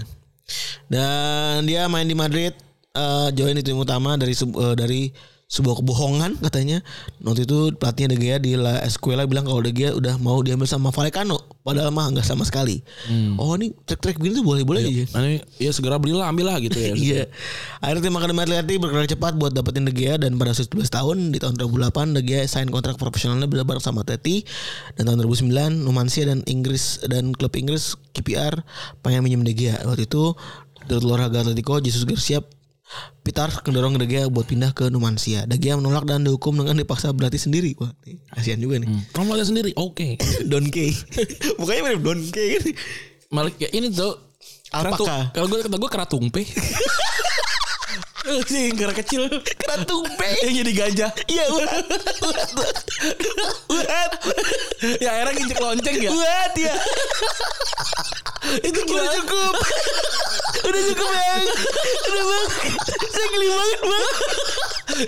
Speaker 3: Dan dia main di Madrid eh, join di tim utama dari sub- eh, dari sebuah kebohongan katanya. Waktu itu pelatihnya De Gea di La Escuela bilang kalau De Gea udah mau diambil sama Vallecano padahal mah nggak sama sekali. Oh ini trek-trek begini tuh boleh-boleh aja.
Speaker 2: Nah, ini ya segera belilah ambil lah gitu ya
Speaker 3: Iya. Akhirnya tim Academy Atleti bergerak cepat buat dapetin De Gea dan pada usia 17 tahun di tahun 2008 De Gea sign kontrak profesionalnya bareng sama Atleti dan tahun 2009 Numancia dan Inggris dan klub Inggris KPR pengen minjem De Gea. Waktu itu dari olahraga Atletico Jesus Garcia Pitar mendorong De Gea buat pindah ke Numancia. De Gea menolak dan dihukum dengan dipaksa berlatih sendiri. Wah, ini kasihan juga nih.
Speaker 2: Kamu Hmm. lihat sendiri, oke.
Speaker 3: Don Kay. Mukanya mirip Don Kay kan.
Speaker 2: Malah
Speaker 3: ya
Speaker 2: kayak ini tuh
Speaker 3: Alpaka.
Speaker 2: keratu- Kalau gue kata gue keratungpe. Sih, kera kecil.
Speaker 3: Keratung Bay.
Speaker 2: Yang jadi gajah.
Speaker 3: Iya, ulat. Ulat.
Speaker 2: Ya akhirnya nginjek lonceng ya.
Speaker 3: Buat ya.
Speaker 2: Itu
Speaker 3: Udah
Speaker 2: gila.
Speaker 3: cukup. Udah cukup bang. Udah bang. Saya geli banget bang.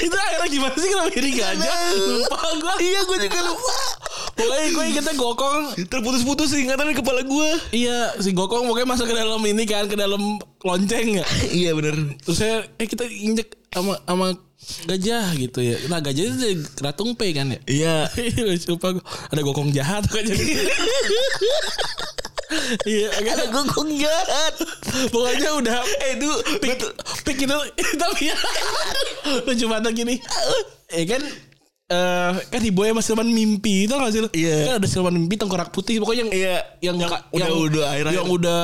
Speaker 2: Itu akhirnya gimana sih kenapa jadi gajah? Lupa gue.
Speaker 3: Iya gue juga lupa.
Speaker 2: Pokoknya gue ingetnya gokong.
Speaker 3: Terputus-putus ingatan di kepala gue.
Speaker 2: Iya, si gokong pokoknya masuk ke dalam ini kan, ke dalam lonceng ya.
Speaker 3: Iya bener.
Speaker 2: Terus saya, eh kita injek sama sama gajah gitu ya. Nah gajah itu dari keratungpe kan ya.
Speaker 3: Iya.
Speaker 2: Iya, lupa gua. Ada gokong jahat kan jadi. Iya,
Speaker 3: Ada
Speaker 2: agak
Speaker 3: gue kong jahat.
Speaker 2: pokoknya udah
Speaker 3: Eh itu
Speaker 2: pik, pik itu tapi ya lucu banget gini. Ya kan eh kan Ibu ya masih mimpi itu nggak sih? lo?
Speaker 3: Iya.
Speaker 2: Kan ada siluman mimpi tengkorak putih pokoknya yang
Speaker 3: Iya.
Speaker 2: yang yang,
Speaker 3: udah- udah akhir-akhir.
Speaker 2: yang udah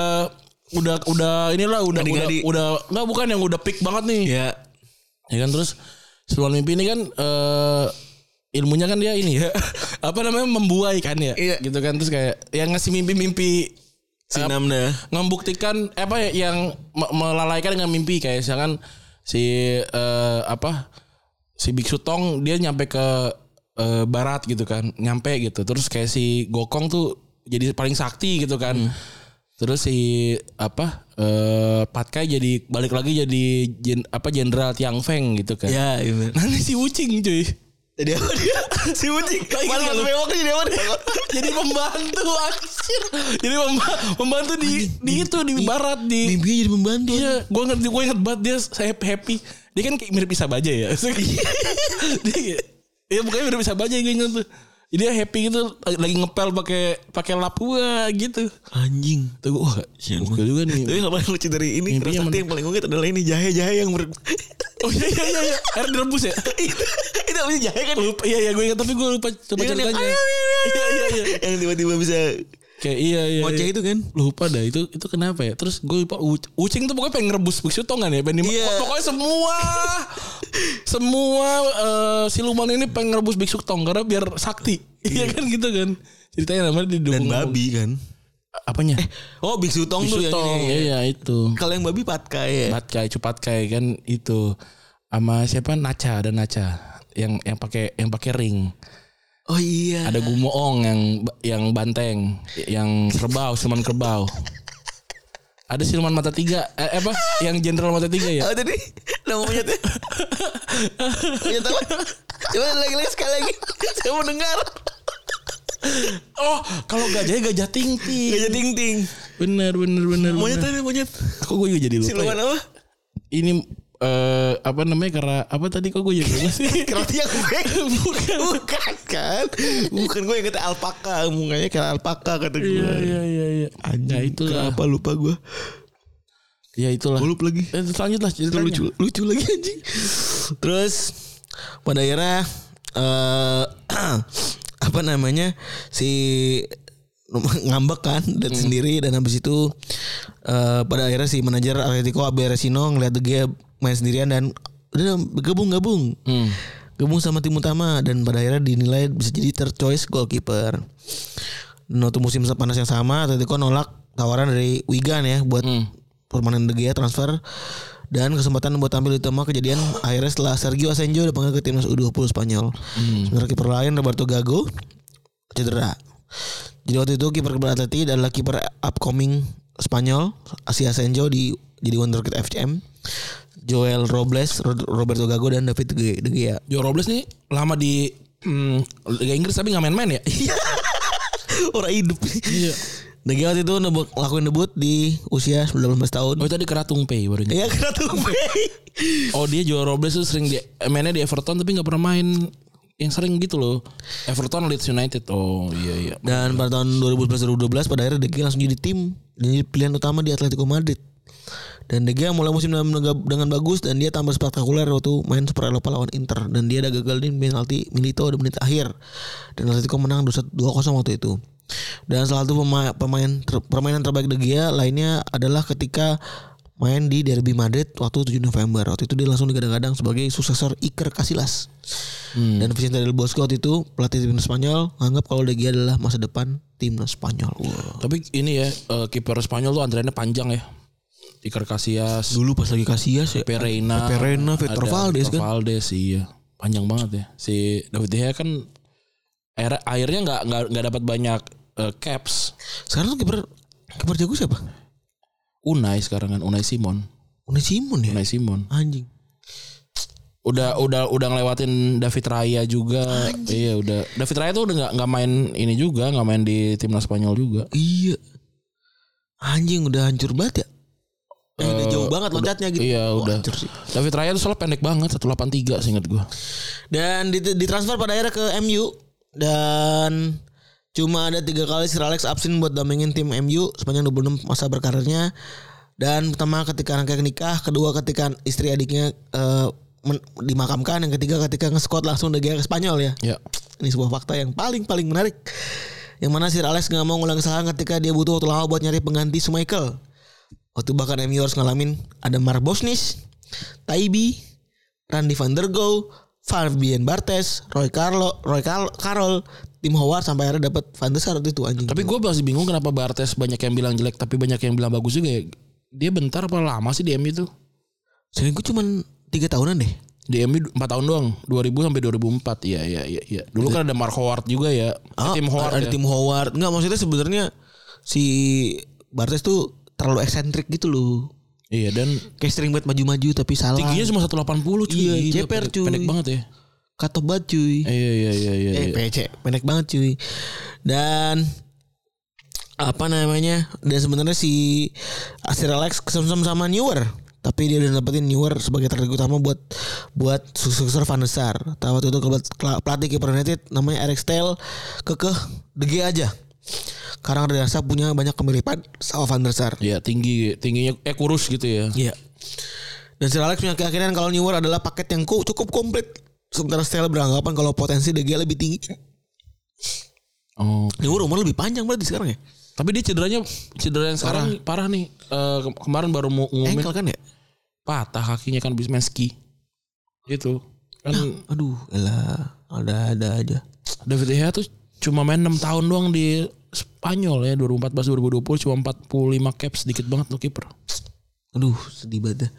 Speaker 2: udah udah inilah udah
Speaker 3: Ngadi-ngadi.
Speaker 2: udah udah nggak bukan yang udah pik banget nih.
Speaker 3: Iya.
Speaker 2: Ya kan terus siluman mimpi ini kan eh ilmunya kan dia ini ya apa namanya membuai kan ya
Speaker 3: Iya.
Speaker 2: gitu kan terus kayak yang ngasih mimpi-mimpi
Speaker 3: Si Namda.
Speaker 2: membuktikan eh, apa ya, yang me- melalaikan dengan mimpi kayak misalkan si eh, apa si biksu tong dia nyampe ke eh, barat gitu kan nyampe gitu terus kayak si gokong tuh jadi paling sakti gitu kan terus si apa eh patkai jadi balik lagi jadi jen- apa jenderal tiang feng gitu kan
Speaker 3: Iya iya bener.
Speaker 2: Nanti si Ucing cuy
Speaker 3: Jadi apa dia? Si Bucik.
Speaker 2: Lagi
Speaker 3: Malah
Speaker 2: nggak lu?
Speaker 3: bewok jadi apa dia?
Speaker 2: Jadi membantu akhir. Jadi memba- membantu di di itu di barat di
Speaker 3: Mimpinya jadi pembantu.
Speaker 2: Iya, gue ngerti, gue inget banget dia saya happy. Dia kan kayak mirip Isa Baja ya. dia kayak- ya bukannya mirip Isa Baja gue inget tuh. Dia happy gitu lagi ngepel pakai pakai lap gua gitu.
Speaker 3: Anjing.
Speaker 2: Tuh gue wah, gokil juga
Speaker 3: Tapi
Speaker 2: nih.
Speaker 3: yang paling lucu dari ini
Speaker 2: Mimpinya
Speaker 3: keras hati
Speaker 2: men-
Speaker 3: yang paling ungkit adalah ini jahe-jahe yang ber...
Speaker 2: Oh iya iya iya, iya. air direbus ya.
Speaker 3: itu itu namanya jahe kan?
Speaker 2: Lupa, iya iya gue inget tapi gue lupa coba
Speaker 3: Iya kan, yang-
Speaker 2: ceritanya. Iya iya iya.
Speaker 3: yang tiba-tiba bisa
Speaker 2: Kayak iya iya.
Speaker 3: ngoceh
Speaker 2: iya.
Speaker 3: itu kan?
Speaker 2: lupa dah itu itu kenapa ya terus gue lupa U- ucing tuh pokoknya pengen ngerebus biksu tongan ya pengen dima-
Speaker 3: Iya.
Speaker 2: pokoknya semua semua eh, siluman ini pengen ngerebus biksu tong karena biar sakti iya kan gitu kan ceritanya namanya di
Speaker 3: Dan babi kan?
Speaker 2: apanya
Speaker 3: Oh biksu tong
Speaker 2: biksu
Speaker 3: tuh yang
Speaker 2: tong
Speaker 3: ini. ya.
Speaker 2: iya itu
Speaker 3: Kalau yang babi patkai ya.
Speaker 2: patkai cupatkai kan itu sama siapa naca ada naca yang yang pakai yang pakai ring
Speaker 3: Oh iya.
Speaker 2: ada gumoong yang yang banteng yang kerbau siluman kerbau ada siluman mata tiga eh, apa yang jenderal mata tiga ya
Speaker 3: Apa tadi? Namanya tuh. Punya apa? Coba lagi-lagi sekali lagi. Saya mau dengar.
Speaker 2: oh kalau gajahnya gajah ting ting
Speaker 3: Gajah ting ting.
Speaker 2: bener bener bener
Speaker 3: Iya, Monyet
Speaker 2: bener.
Speaker 3: tadi monyet.
Speaker 2: kok gue juga jadi lupa
Speaker 3: Siluman
Speaker 2: ya?
Speaker 3: apa?
Speaker 2: ini eh, apa namanya karena apa tadi kok gue jadi lupa sih
Speaker 3: Kerati yang gue bukan bukan kan bukan gue yang kata alpaka mukanya kayak alpaka kata gue
Speaker 2: iya iya iya iya ya itulah
Speaker 3: kenapa lupa gue
Speaker 2: ya itulah
Speaker 3: gue lupa lagi
Speaker 2: eh, lanjutlah cerita
Speaker 3: lucu lucu lagi anjing terus pada akhirnya eh, apa namanya si ngambek kan dan sendiri dan habis itu eh, pada akhirnya si manajer Atletico Abe Resino ngeliat De Gea main sendirian dan udah gabung gabung
Speaker 2: Hmm.
Speaker 3: gabung sama tim utama dan pada akhirnya dinilai bisa jadi third choice goalkeeper. Nah, untuk musim panas yang sama Atletico nolak tawaran dari Wigan ya buat permanen De Gea transfer dan kesempatan buat tampil di utama kejadian akhirnya setelah Sergio Asenjo dipanggil ke timnas U20 Spanyol. Sementara kiper lain Roberto Gago cedera. Jadi waktu itu kiper kiper Atleti adalah kiper upcoming Spanyol Asia Senjo di jadi wonderkid FCM. Joel Robles, Rod- Roberto Gago dan David De De Gea.
Speaker 2: Joe Robles nih lama di hmm, Liga Inggris tapi nggak main-main ya
Speaker 3: Orang hidup.
Speaker 2: iya
Speaker 3: De Gea waktu itu nebu- lakuin debut di usia 19 tahun.
Speaker 2: oh tadi keratung pay baru
Speaker 3: Iya kena tumpai.
Speaker 2: Oh dia jual Robles tuh sering di mainnya di Everton tapi nggak pernah main yang sering gitu loh. Everton Leeds United. Oh iya iya.
Speaker 3: Dan pada tahun 2011-2012 pada akhirnya De Gea langsung jadi tim dan jadi pilihan utama di Atletico Madrid. Dan De Gea mulai musim dengan, dengan bagus dan dia tambah spektakuler waktu main Super Eropa lawan Inter dan dia ada gagal di penalti Milito di menit akhir. Dan Atletico menang 2-1 2-0 waktu itu. Dan salah satu pema- pemain ter- permainan terbaik De Gea lainnya adalah ketika main di Derby Madrid waktu 7 November. Waktu itu dia langsung digadang-gadang sebagai suksesor Iker Casillas.
Speaker 2: Hmm.
Speaker 3: Dan Vicente del Bosque waktu itu pelatih timnas Spanyol anggap kalau De Gea adalah masa depan timnas Spanyol. Wow.
Speaker 2: Tapi ini ya eh, kiper Spanyol tuh antreannya panjang ya. Iker Casillas,
Speaker 3: Dulu pas lagi Casillas ya.
Speaker 2: Pereina,
Speaker 3: Pereina, Victor
Speaker 2: ada
Speaker 3: Valdes
Speaker 2: Victor
Speaker 3: kan.
Speaker 2: Valdes iya. Panjang banget ya. Si David De Gea kan era akhirnya nggak nggak nggak dapat banyak eh, caps.
Speaker 3: Sekarang tuh kiper kiper jago siapa?
Speaker 2: Unai sekarang kan Unai Simon.
Speaker 3: Unai Simon ya.
Speaker 2: Unai Simon.
Speaker 3: Anjing.
Speaker 2: udah udah udah ngelewatin David Raya juga. Iya udah. David Raya tuh udah nggak nggak main ini juga, nggak main di timnas Spanyol juga.
Speaker 3: Iya. Anjing udah hancur banget ya. Eh, udah
Speaker 2: Eh,
Speaker 3: jauh banget loncatnya gitu.
Speaker 2: iya,
Speaker 3: Wah,
Speaker 2: udah.
Speaker 3: Hancur sih.
Speaker 2: David Raya tuh soalnya pendek banget, 183 seingat gua.
Speaker 3: Dan di- ditransfer pada akhirnya ke MU dan cuma ada tiga kali Sir Alex absen buat dampingin tim MU sepanjang 26 masa berkarirnya. Dan pertama ketika anaknya nikah, kedua ketika istri adiknya eh, men- dimakamkan, yang ketiga ketika nge-squad langsung De Gea ke Spanyol ya.
Speaker 2: Ya.
Speaker 3: Ini sebuah fakta yang paling paling menarik. Yang mana Sir Alex nggak mau ngulang kesalahan ketika dia butuh waktu lama buat nyari pengganti Michael. Waktu bahkan MU harus ngalamin ada Mar Bosnis, Taibi, Randy van der Go, Fabian Bartes, Roy Carlo, Roy Carl- Carroll, Tim Howard sampai akhirnya dapat Van der Sar waktu itu anjing.
Speaker 2: Tapi gua masih bingung kenapa Bartes banyak yang bilang jelek tapi banyak yang bilang bagus juga ya. Dia bentar apa lama sih di MU tuh?
Speaker 3: saya gue cuman tiga tahunan deh.
Speaker 2: Di MU 4 tahun doang, 2000 sampai 2004. Iya iya iya iya. Dulu kan ada Mark Howard juga ya.
Speaker 3: Ah,
Speaker 2: tim Howard. ya.
Speaker 3: ada tim Howard. Enggak maksudnya sebenarnya si Bartes tuh terlalu eksentrik gitu loh.
Speaker 2: Iya dan
Speaker 3: Kayak sering banget maju-maju tapi salah.
Speaker 2: tingginya cuma 180 cuy.
Speaker 3: Ah. Iya,
Speaker 2: Gila,
Speaker 3: jeper,
Speaker 2: pendek-
Speaker 3: cuy.
Speaker 2: Pendek banget ya.
Speaker 3: katobat cuy
Speaker 2: Iya iya iya iya.
Speaker 3: eh
Speaker 2: iya.
Speaker 3: PC pendek banget cuy dan apa namanya dan sebenarnya si Asir Alex kesemsem sama Newer tapi dia udah dapetin Newer sebagai target utama buat buat suksesor Van der Sar. Tapi waktu itu kebelat- kela- pelatih kiper United namanya Eric Stel kekeh dege aja. Karena dirasa punya banyak kemiripan sama Van der Sar.
Speaker 2: Iya tinggi tingginya eh kurus gitu ya.
Speaker 3: Iya. Dan Sir Alex punya keyakinan kalau Newer adalah paket yang ku- cukup komplit. Sementara Stel beranggapan kalau potensi De Gea lebih tinggi.
Speaker 2: Oh.
Speaker 3: Newer umur lebih panjang berarti sekarang ya?
Speaker 2: Tapi dia cederanya cedera yang sekarang parah, nih. Eh, ke- kemarin baru mau ngumumin
Speaker 3: Engkel kan ya?
Speaker 2: patah kakinya kan bisa main ski. Gitu. Kan
Speaker 3: Aduh, elah. Ada ada aja.
Speaker 2: David De Gea tuh cuma main 6 tahun doang di Spanyol ya 2014 2020 cuma 45 caps sedikit banget tuh kiper.
Speaker 3: Aduh, sedih banget. dah.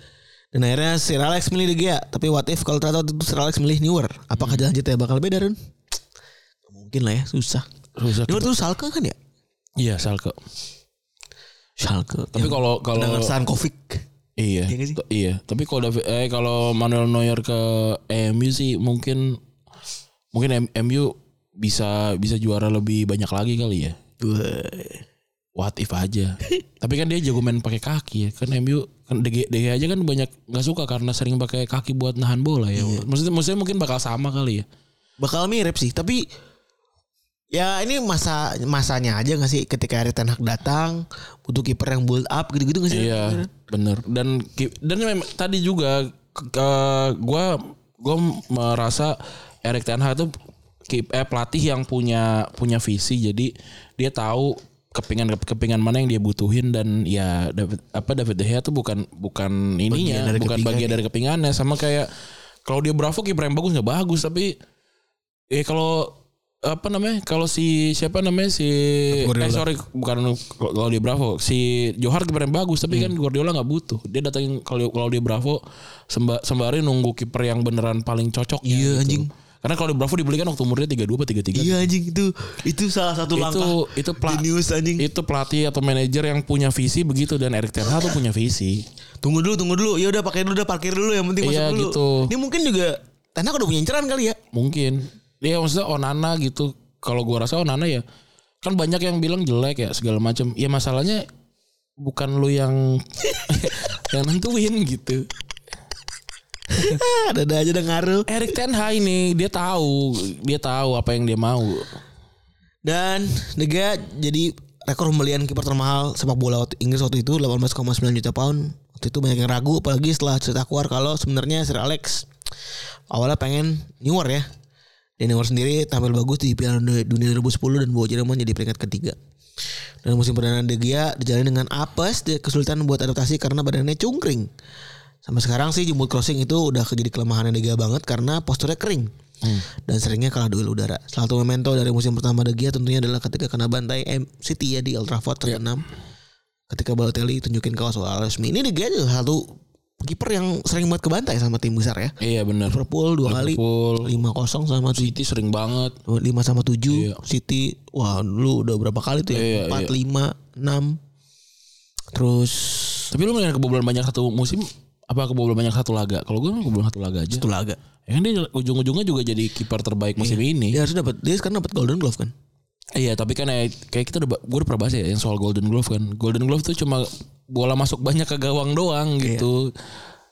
Speaker 3: Dan akhirnya Sir Alex milih De Gea, tapi what if kalau ternyata waktu itu Sir Alex milih Newer? Apakah
Speaker 2: Hmm.
Speaker 3: jalan ceritanya bakal beda, Run? Nggak Mungkin lah ya, susah.
Speaker 2: Susah.
Speaker 3: Newer tuh Salke kan ya?
Speaker 2: Iya, Salke.
Speaker 3: Salke.
Speaker 2: Tapi kalau
Speaker 3: dengan
Speaker 2: kalau
Speaker 3: Stankovic.
Speaker 2: iya,
Speaker 3: Iya nggak sih?
Speaker 2: t- iya. Tapi kalau Davi- eh kalau Manuel Neuer ke MU sih mungkin mungkin M- MU bisa bisa juara lebih banyak lagi kali ya. What if aja. Tapi kan dia jago main pakai kaki ya. Kan MU kan DG, DG aja kan banyak nggak suka karena sering pakai kaki buat nahan bola ya.
Speaker 3: Iya.
Speaker 2: Maksudnya maksudnya mungkin bakal sama kali ya.
Speaker 3: Bakal mirip sih, tapi ya ini masa masanya aja gak sih ketika Erik Ten Hag datang butuh kiper yang build up gitu-gitu gak sih?
Speaker 2: Iya, bener. Dan ki- dan memang tadi juga ke- ke- gua gua merasa Erik Ten Hag tuh ki- eh, pelatih yang punya punya visi. Jadi dia tahu kepingan kepingan mana yang dia butuhin dan ya David apa David De Gea tuh bukan bukan ininya,
Speaker 3: Bagian dari
Speaker 2: bukan
Speaker 3: kepingan
Speaker 2: bagian dari kepingannya sama kayak kalau dia Bravo kiper yang bagus nggak bagus tapi eh kalau apa namanya kalau si siapa namanya si eh
Speaker 3: Guardiola.
Speaker 2: sorry bukan kalau dia Bravo si Johar kiper yang bagus tapi
Speaker 3: Hmm.
Speaker 2: kan Guardiola nggak butuh dia datangin kalau kalau dia Bravo semba, sembari nunggu kiper yang beneran paling cocok ya, gitu.
Speaker 3: Iya, anjing.
Speaker 2: karena kalau dia Bravo dibelikan waktu umurnya 32 atau 33
Speaker 3: Iya anjing itu itu salah satu
Speaker 2: itu
Speaker 3: langkah
Speaker 2: itu pla-
Speaker 3: jenius anjing.
Speaker 2: itu pelatih atau manajer yang punya visi begitu dan Erik Ten Hag tuh punya visi
Speaker 3: Tunggu dulu, tunggu dulu. Ya udah pakai dulu, udah parkir dulu yang penting
Speaker 2: Iya,
Speaker 3: masuk dulu.
Speaker 2: gitu.
Speaker 3: Ini mungkin juga Tanah udah punya inceran kali ya.
Speaker 2: mungkin dia maksudnya Onana gitu kalau gua rasa Onana ya kan banyak yang bilang jelek ya segala macam ya masalahnya bukan lu yang yang nentuin gitu
Speaker 3: Ada ada Ya, aja udah ngaruh.
Speaker 2: Erik Ten Hag ini dia tahu dia tahu apa yang dia mau
Speaker 3: Dan Dega jadi rekor pembelian kiper termahal sepak bola waktu- Inggris waktu itu 18,9 juta pound. Waktu itu banyak yang ragu apalagi setelah cerita keluar kalau sebenarnya Sir Alex awalnya pengen Newer ya. Dan Newer sendiri tampil bagus di Piala Dunia 2010 dan bawa Jerman jadi peringkat ketiga. Dan musim perdana De Gea dijalani dengan apes dia kesulitan buat adaptasi karena badannya cungkring. Sampai sekarang sih jemput crossing itu udah jadi kelemahannya De Gea banget karena posturnya kering.
Speaker 2: Hmm.
Speaker 3: Dan seringnya kalah duel udara. Salah satu memento dari musim pertama De Gea tentunya adalah ketika kena bantai M City ya di Old Trafford
Speaker 2: Iya.
Speaker 3: 3-6. Ketika Balotelli tunjukin kaos soal resmi. Ini De Gea juga salah satu kiper yang sering banget kebantai sama tim besar ya.
Speaker 2: iya bener
Speaker 3: Liverpool dua kali
Speaker 2: Liverpool
Speaker 3: 5-0 sama tujuh
Speaker 2: City sering banget
Speaker 3: 5 sama 7
Speaker 2: Iya.
Speaker 3: City Wah dulu udah berapa kali tuh
Speaker 2: Iya,
Speaker 3: ya
Speaker 2: iya.
Speaker 3: 4, 5, 6 Terus
Speaker 2: tapi lu mendingan kebobolan banyak satu musim apa kebobolan banyak satu laga kalau gua mah kebobolan satu laga aja
Speaker 3: Satu laga
Speaker 2: ya kan dia ujung-ujungnya juga jadi kiper terbaik musim ini
Speaker 3: Dia harus dapat Dia sekarang dapat Golden Glove kan
Speaker 2: Iya tapi kan eh, kayak kita udah gue udah pernah bahas ya yang soal Golden Glove kan. Golden Glove tuh cuma bola masuk banyak ke gawang doang gitu.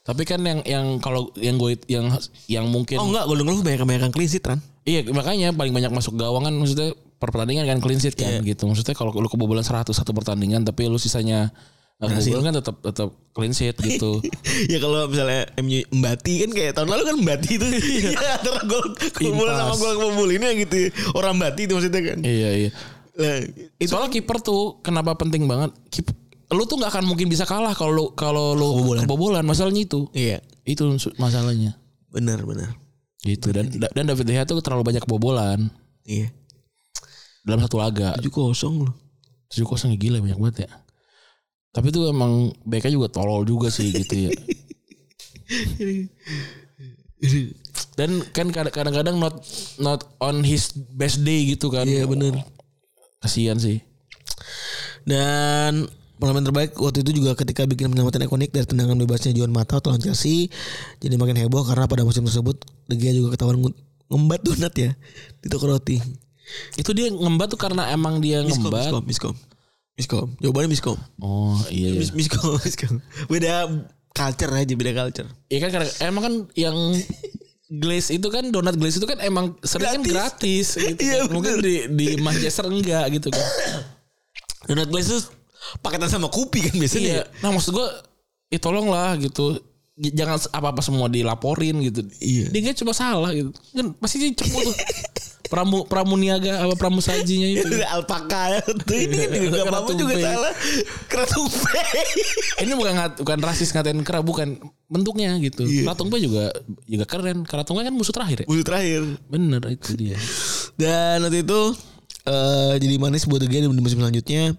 Speaker 2: Tapi kan yang yang kalau yang gue yang yang mungkin
Speaker 3: Oh enggak Golden Glove banyak banyak clean sheet Ran
Speaker 2: iya makanya paling banyak masuk gawang kan maksudnya per pertandingan kan clean sheet kan
Speaker 3: Iya.
Speaker 2: gitu. Maksudnya kalau lu kebobolan 100 satu pertandingan tapi lu sisanya nggak kebobolan kan tetap tetap clean sheet gitu.
Speaker 3: ya kalau misalnya MU Mbati kan kayak tahun lalu kan Mbati itu ya antara gol kebobolan sama
Speaker 2: Impas.
Speaker 3: gol kebobolan ini gitu orang Mbati itu maksudnya kan
Speaker 2: iya iya.
Speaker 3: Lah, itu kan
Speaker 2: Soalnya kiper tuh kenapa penting banget? Kip- lu tuh nggak akan mungkin bisa kalah kalau lu kalau lu
Speaker 3: Kebobolan.
Speaker 2: kebobolan masalahnya itu.
Speaker 3: iya
Speaker 2: Itu masalahnya.
Speaker 3: benar benar
Speaker 2: gitu dan dan David De Gea tuh terlalu banyak kebobolan
Speaker 3: iya
Speaker 2: dalam satu laga
Speaker 3: tujuh kosong loh
Speaker 2: tujuh kosong gila banyak banget ya tapi tuh emang BK juga tolol juga sih gitu ya dan kan kad- kadang-kadang not not on his best day gitu kan
Speaker 3: Iya, bener.
Speaker 2: kasihan sih
Speaker 3: Dan pemain terbaik waktu itu juga ketika bikin penyelamatan ikonik dari tendangan bebasnya Juan Mata atau lawan Chelsea. Jadi makin heboh karena pada musim tersebut De Gea juga ketahuan ngut- ngembat donat ya di toko roti.
Speaker 2: Itu dia ngembat tuh karena emang dia
Speaker 3: Miskom,
Speaker 2: ngembat.
Speaker 3: miskom, miskom. Miskom. Jawabannya miskom.
Speaker 2: Oh iya. iya.
Speaker 3: Mis- Miskom, miskom. Beda culture aja, beda culture.
Speaker 2: Iya kan karena emang kan yang glaze itu kan donat glaze itu kan emang sering kan gratis gitu. kan.
Speaker 3: Iya,
Speaker 2: Mungkin di di Manchester enggak gitu kan.
Speaker 3: Donat glaze tuh paketan sama kopi kan
Speaker 2: iya.
Speaker 3: biasanya.
Speaker 2: Nah maksud gue ya tolonglah gitu. J- Jangan se- apa-apa semua dilaporin gitu.
Speaker 3: Iya.
Speaker 2: Dia nggak cuma salah gitu. Kan pasti cepu tuh. Pramu pramuniaga apa pramusajinya itu.
Speaker 3: Udah ya? alpaka tuh ini kan juga
Speaker 2: Kera
Speaker 3: nggak apa-apa juga
Speaker 2: tumpe.
Speaker 3: salah. Keratung
Speaker 2: Ini bukan ngat- bukan rasis ngatain kera bukan bentuknya gitu.
Speaker 3: Iya.
Speaker 2: Keratung Kratungpa juga juga keren. Kratungpa kan musuh terakhir ya.
Speaker 3: Musuh terakhir.
Speaker 2: Bener itu dia.
Speaker 3: Dan waktu itu eh, jadi manis buat De Gea di musim selanjutnya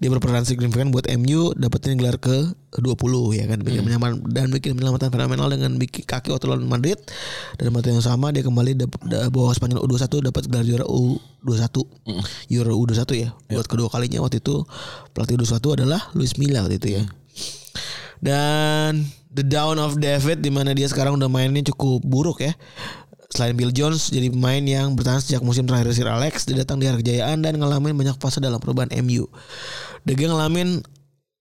Speaker 3: dia berperan signifikan buat MU dapetin gelar ke 20 ya kan bikin menyelamat- dan bikin penyelamatan fenomenal dengan bikin kaki waktu lawan Madrid dan waktu yang sama dia kembali dap- da- bawa Spanyol U21 dapat gelar juara U21 Euro U21 ya buat kedua kalinya waktu itu pelatih U21 adalah Luis Milla waktu itu ya dan The Down of David di mana dia sekarang udah mainnya cukup buruk ya. Selain Bill Jones jadi pemain yang bertahan sejak musim terakhir Sir Alex, dia datang di era kejayaan dan ngalamin banyak fase dalam perubahan MU. De Gea ngalamin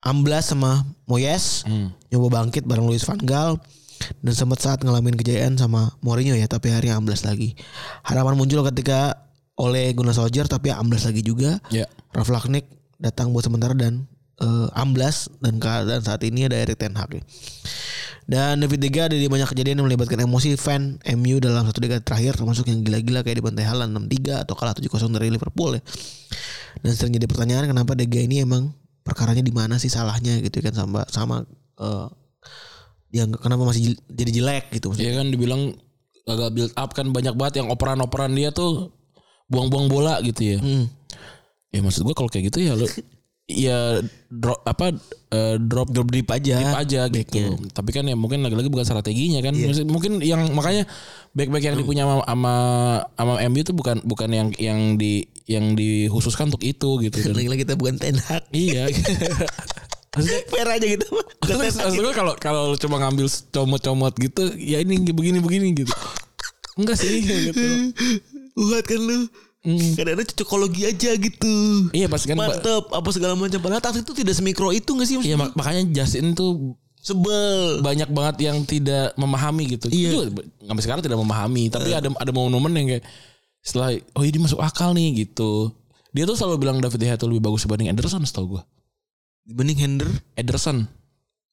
Speaker 3: amblas sama Moyes, nyoba bangkit bareng Luis van Gaal dan sempat saat ngalamin kejayaan sama Mourinho ya, tapi akhirnya amblas lagi. Harapan muncul ketika oleh Gunnar Solskjaer tapi amblas lagi juga.
Speaker 2: Ya.
Speaker 3: Ralf Ragnik datang buat sementara dan eh, amblas dan keadaan saat ini ada Erik Ten Hag. ya. Dan David De Gea ada di banyak kejadian yang melibatkan emosi fan MU dalam satu dekade terakhir termasuk yang gila-gila kayak di Pantai Halan 6-3 atau kalah 7-0 dari Liverpool ya. Dan sering jadi pertanyaan kenapa De Gea ini emang perkaranya di mana sih salahnya gitu kan sama sama eh, yang kenapa masih jel- jadi jelek gitu maksudnya.
Speaker 2: Iya kan dibilang gagal build up kan banyak banget yang operan-operan dia tuh buang-buang bola gitu ya.
Speaker 3: Hmm.
Speaker 2: Ya maksud gua kalau kayak gitu ya lu ya drop apa eh, drop drop
Speaker 3: Drip aja.
Speaker 2: aja gitu. Tapi kan ya mungkin lagi-lagi bukan strateginya
Speaker 3: Iya.
Speaker 2: kan. Maksud- Mungkin yang makanya back-back yang dipunya sama sama, sama MU itu bukan bukan yang yang di yang dikhususkan untuk itu gitu dan
Speaker 3: Lagi-lagi kita bukan Ten Hag.
Speaker 2: iya. Maksudnya-
Speaker 3: Fair aja gitu.
Speaker 2: Maksudnya maksudnya kalau kalau lu cuma ngambil comot-comot gitu, ya ini begini-begini gitu. Enggak sih gitu.
Speaker 3: Buat kan lu. Kadang-kadang cocokologi aja gitu.
Speaker 2: Hmm. Iya pas kan Pak.
Speaker 3: Mantep apa segala macam padahal taktik itu tidak semikro itu gak sih?
Speaker 2: Iya mak- makanya Justin tuh
Speaker 3: Sebel.
Speaker 2: banyak banget yang tidak memahami gitu. Iya. Juga, sampai sekarang tidak memahami, tapi
Speaker 3: Iya.
Speaker 2: ada ada momen-momen yang kayak setelah oh ini masuk akal nih gitu. Dia tuh selalu bilang David De Gea tuh lebih bagus dibanding Ederson setahu gua.
Speaker 3: Dibanding Hender.
Speaker 2: Ederson.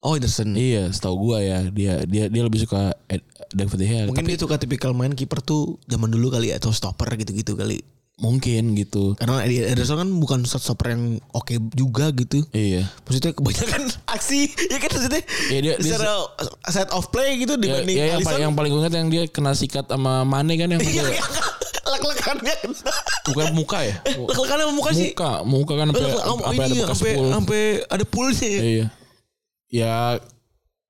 Speaker 3: Oh Ederson.
Speaker 2: Iya, setahu gua ya. Dia dia dia lebih suka Ed- David De Gea.
Speaker 3: Mungkin dia suka tipikal main kiper tuh zaman dulu kali ya, atau stopper gitu-gitu kali.
Speaker 2: mungkin gitu.
Speaker 3: Karena Ederson kan bukan shot stopper yang oke juga gitu.
Speaker 2: Iya.
Speaker 3: Maksudnya kebanyakan aksi ya kan maksudnya
Speaker 2: Iya, dia- dia-
Speaker 3: secara set of play
Speaker 2: Ya,
Speaker 3: gitu dibanding
Speaker 2: ya, yang,
Speaker 3: Alisson
Speaker 2: paling, yang paling gue ingat yang dia kena sikat sama Mane kan yang
Speaker 3: Iya,
Speaker 2: bukan-
Speaker 3: lek-lekannya
Speaker 2: bukan muka ya.
Speaker 3: lek-lekannya sama muka sih iya,
Speaker 2: Muka, muka kan sampai sampai ada bekas
Speaker 3: sampai
Speaker 2: pul.
Speaker 3: sampai ada poolnya ya.
Speaker 2: Iya. Ya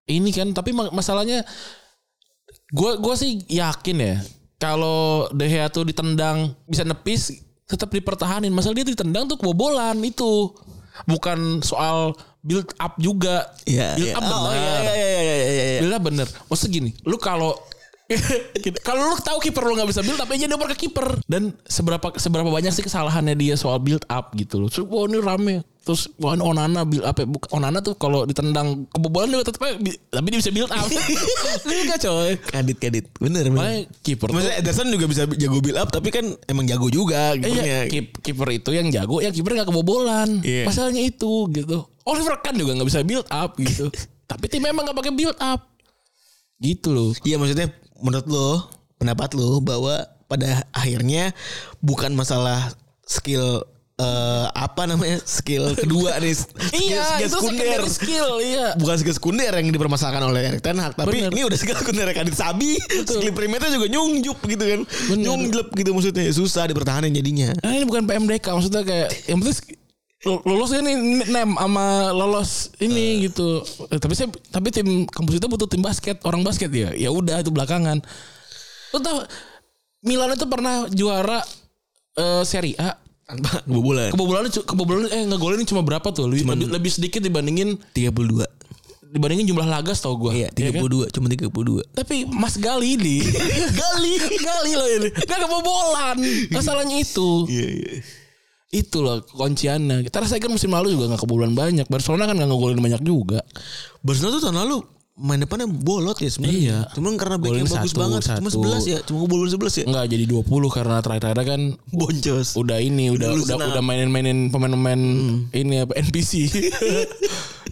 Speaker 2: ini kan tapi ma- masalahnya gua gua sih yakin ya kalau De Gea tuh ditendang bisa nepis tetap dipertahanin. Masalah dia ditendang tuh kebobolan itu. Bukan soal build up juga.
Speaker 3: Iya,
Speaker 2: build
Speaker 3: iya.
Speaker 2: up
Speaker 3: Oh,
Speaker 2: benar.
Speaker 3: iya, iya, iya, iya, iya, iya.
Speaker 2: Build up bener. Maksudnya gini, lu kalau kalau lu tahu kiper lu nggak bisa build up, ya jadi oper ke kiper. Dan seberapa seberapa banyak sih kesalahannya dia soal build up gitu loh. Terus wah ini rame. Terus wah ini Onana build up ya. Bukan- Onana tuh kalau ditendang kebobolan dia tetap aja bi- tapi dia bisa build up. Ini enggak coy.
Speaker 3: Kadit kadit. Bener
Speaker 2: Makanya
Speaker 3: bener.
Speaker 2: kiper tuh-
Speaker 3: Maksudnya Ederson juga bisa jago build up tapi kan emang jago juga gitu
Speaker 2: Iya,
Speaker 3: ya.
Speaker 2: kip- kiper itu yang jago, yang kiper nggak kebobolan.
Speaker 3: Iya.
Speaker 2: Masalahnya itu gitu. Oliver Kahn juga nggak bisa build up gitu. Tapi tim emang nggak pakai build up. Gitu loh.
Speaker 3: Iya maksudnya menurut lo pendapat lo bahwa pada akhirnya bukan masalah skill eh, apa namanya skill kedua nih skill,
Speaker 2: Iya,
Speaker 3: skill
Speaker 2: itu
Speaker 3: sekunder
Speaker 2: secondary skill, iya.
Speaker 3: bukan skill sekunder yang dipermasalahkan oleh Erik Ten Hag tapi
Speaker 2: Bener.
Speaker 3: ini udah skill sekunder Kadit Sabi skill primernya juga nyungjup gitu kan
Speaker 2: Bener.
Speaker 3: nyungjup gitu maksudnya susah dipertahanin jadinya
Speaker 2: Nah, ini bukan PMDK maksudnya kayak yang penting sk- lo- lolos kan ini nem sama lolos ini gitu. Eh, tapi saya tapi tim kampus itu butuh tim basket, orang basket ya. Ya udah itu belakangan. Lo tau Milan itu pernah juara eh, Serie A
Speaker 3: tanpa kebobolan
Speaker 2: kebobolannya cu- kebobolannya eh ngegolin cuma berapa tuh? Lebih, lebih, lebih sedikit dibandingin
Speaker 3: 32
Speaker 2: dibandingin jumlah laga tau gue.
Speaker 3: Iya, 32, cuma 32.
Speaker 2: kan? Tapi Mas Gali nih.
Speaker 3: Gali.
Speaker 2: Gali loh ini. Gak kebobolan. Masalahnya itu.
Speaker 3: Iya, iya.
Speaker 2: Itu loh kunciannya. Kita rasain kan musim lalu juga gak kebobolan banyak. Barcelona kan gak ngegolin banyak juga.
Speaker 3: Barcelona tuh tahun lalu main depannya bolot ya sebenarnya.
Speaker 2: Iya.
Speaker 3: Cuman karena backnya
Speaker 2: Golin
Speaker 3: bagus
Speaker 2: satu,
Speaker 3: banget. Cuma
Speaker 2: satu.
Speaker 3: 11 ya. Cuma bolon 11 ya.
Speaker 2: Enggak jadi 20 karena terakhir-terakhir kan
Speaker 3: Boncos.
Speaker 2: udah ini udah
Speaker 3: Dulu
Speaker 2: udah
Speaker 3: senang. Hmm.
Speaker 2: udah mainin-mainin pemain-pemain ini apa NPC.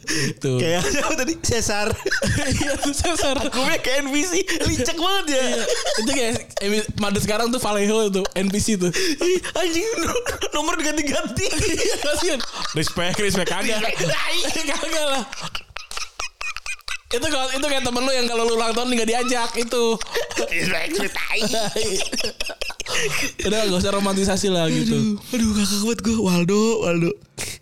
Speaker 2: Itu.
Speaker 3: Kayak siapa tadi? Cesar.
Speaker 2: Gitu. Iya, terus Cesar.
Speaker 3: Gue kayak NPC. Licek banget ya.
Speaker 2: Iya. itu kayak eh, Madrid sekarang tuh Vallejo tuh NPC tuh.
Speaker 3: Ih, Anjing no- nomor diganti-ganti.
Speaker 2: Kasian. Iya, kan. Respect, respect kagak. kagak lah. Itu kalau itu kayak temen lu yang kalau lu ulang tahun nggak diajak itu. Udah gak usah romantisasi lah gitu.
Speaker 3: Aduh kakak kuat gue. Waldo, Waldo.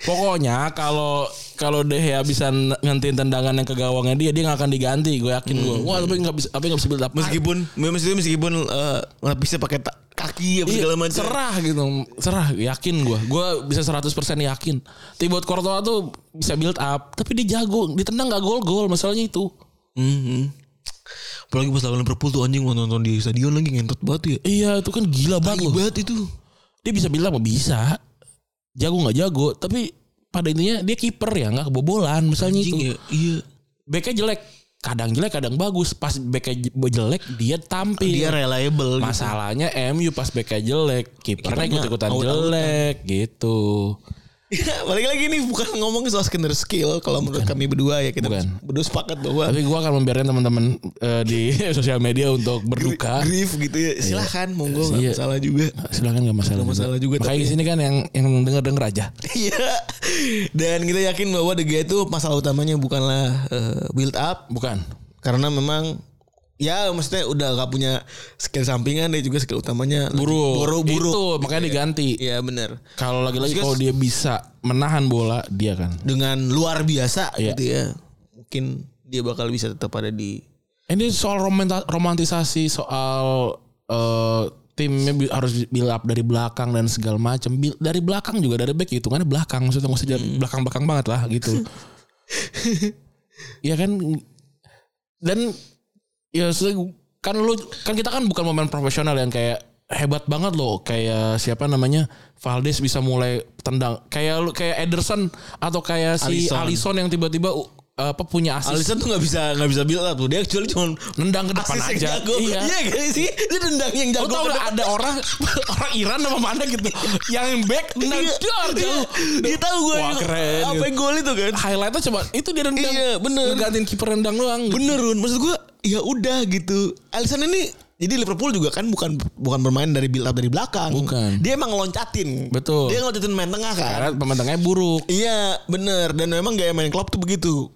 Speaker 2: Pokoknya kalau kalau De Gea bisa n- ngentiin tendangan yang ke gawangnya dia dia nggak akan diganti gue yakin gue. Wah tapi nggak bisa tapi nggak bisa build up.
Speaker 3: Meskipun, meskipun, meskipun eh, lapisnya pakai ta- kaki apa
Speaker 2: Iya,
Speaker 3: segala macam.
Speaker 2: Cerah gitu. Cerah, yakin gua. Gua bisa 100% yakin. Thibaut Courtois tuh bisa build up, tapi dia jago, ditendang nggak gol-gol, masalahnya itu.
Speaker 3: Mhm. Apalagi pas lawan Liverpool tuh anjing gua nonton di stadion lagi ngentot banget tuh ya.
Speaker 2: Iya, itu kan gila banget.
Speaker 3: Pagi
Speaker 2: loh.
Speaker 3: banget itu.
Speaker 2: Dia bisa build up bisa. Jago nggak jago, tapi pada intinya dia kiper ya nggak kebobolan misalnya
Speaker 3: Anjing
Speaker 2: itu.
Speaker 3: ya. Iya.
Speaker 2: Backnya jelek, kadang jelek, kadang bagus. Pas backnya je- jelek dia tampil.
Speaker 3: Dia reliable gitu.
Speaker 2: Masalahnya MU pas backnya jelek, kipernya
Speaker 3: Kipernya
Speaker 2: ikut-ikutan
Speaker 3: out-outan.
Speaker 2: jelek gitu.
Speaker 3: Ya, balik lagi nih bukan ngomong soal skinner skill kalau menurut kami berdua ya kita
Speaker 2: Bukan.
Speaker 3: berdua sepakat bahwa
Speaker 2: Tapi gue akan membiarkan teman-teman eh, di sosial media untuk berduka.
Speaker 3: grief gitu ya silakan monggo nggak
Speaker 2: Iya.
Speaker 3: masalah juga.
Speaker 2: Silakan gak masalah.
Speaker 3: Nggak masalah juga,
Speaker 2: Makanya
Speaker 3: tapi-
Speaker 2: di sini kan yang yang denger denger aja.
Speaker 3: Iya. Dan kita yakin bahwa De Gea itu masalah utamanya bukanlah eh, build up
Speaker 2: Bukan.
Speaker 3: karena memang ya maksudnya udah gak punya skill sampingan dia juga skill utamanya
Speaker 2: Buruk.
Speaker 3: buruk buruk
Speaker 2: Itu makanya diganti.
Speaker 3: Iya benar.
Speaker 2: Kalau lagi-lagi
Speaker 3: Terus-
Speaker 2: kalau dia bisa menahan bola dia kan.
Speaker 3: dengan luar biasa
Speaker 2: Iya.
Speaker 3: gitu ya. Mungkin dia bakal bisa tetap ada di
Speaker 2: Ini soal romanta- romantisasi soal eh, timnya bi- harus build up dari belakang dan segala macam. Bil- Dari belakang juga dari back hitungannya belakang maksudnya nggak usah jadi belakang-belakang banget lah gitu. Iya kan dan ya maksudnya kan lu kan kita kan bukan pemain profesional yang kayak hebat banget loh kayak siapa namanya Valdes bisa mulai tendang kayak lu kayak Ederson atau kayak si
Speaker 3: Alisson.
Speaker 2: Alisson yang tiba-tiba uh, apa punya asis
Speaker 3: Alisson tuh nggak bisa nggak bisa build up tuh. Dia kecuali cuma
Speaker 2: nendang ke depan
Speaker 3: asis yang
Speaker 2: aja.
Speaker 3: jago. Iya. gak sih? Dia dendang yang
Speaker 2: Lu
Speaker 3: jago.
Speaker 2: tau
Speaker 3: ke
Speaker 2: gak
Speaker 3: depan.
Speaker 2: ada orang orang Iran apa mana gitu yang back nendang
Speaker 3: Iya.
Speaker 2: dar jauh.
Speaker 3: Dia tahu gue.
Speaker 2: Wah, keren,
Speaker 3: Apa
Speaker 2: gitu.
Speaker 3: yang gol itu kan?
Speaker 2: Highlightnya coba itu dia nendang.
Speaker 3: Iya, bener.
Speaker 2: Gantiin kiper nendang doang.
Speaker 3: Bener Run. Maksud gue ya udah gitu. Alisson ini jadi Liverpool juga kan bukan bukan bermain dari build up dari belakang.
Speaker 2: Bukan.
Speaker 3: Dia emang loncatin.
Speaker 2: Betul.
Speaker 3: Dia ngeloncatin main tengah kan.
Speaker 2: Karena pemain tengahnya buruk.
Speaker 3: Iya bener Dan memang gaya main klub tuh begitu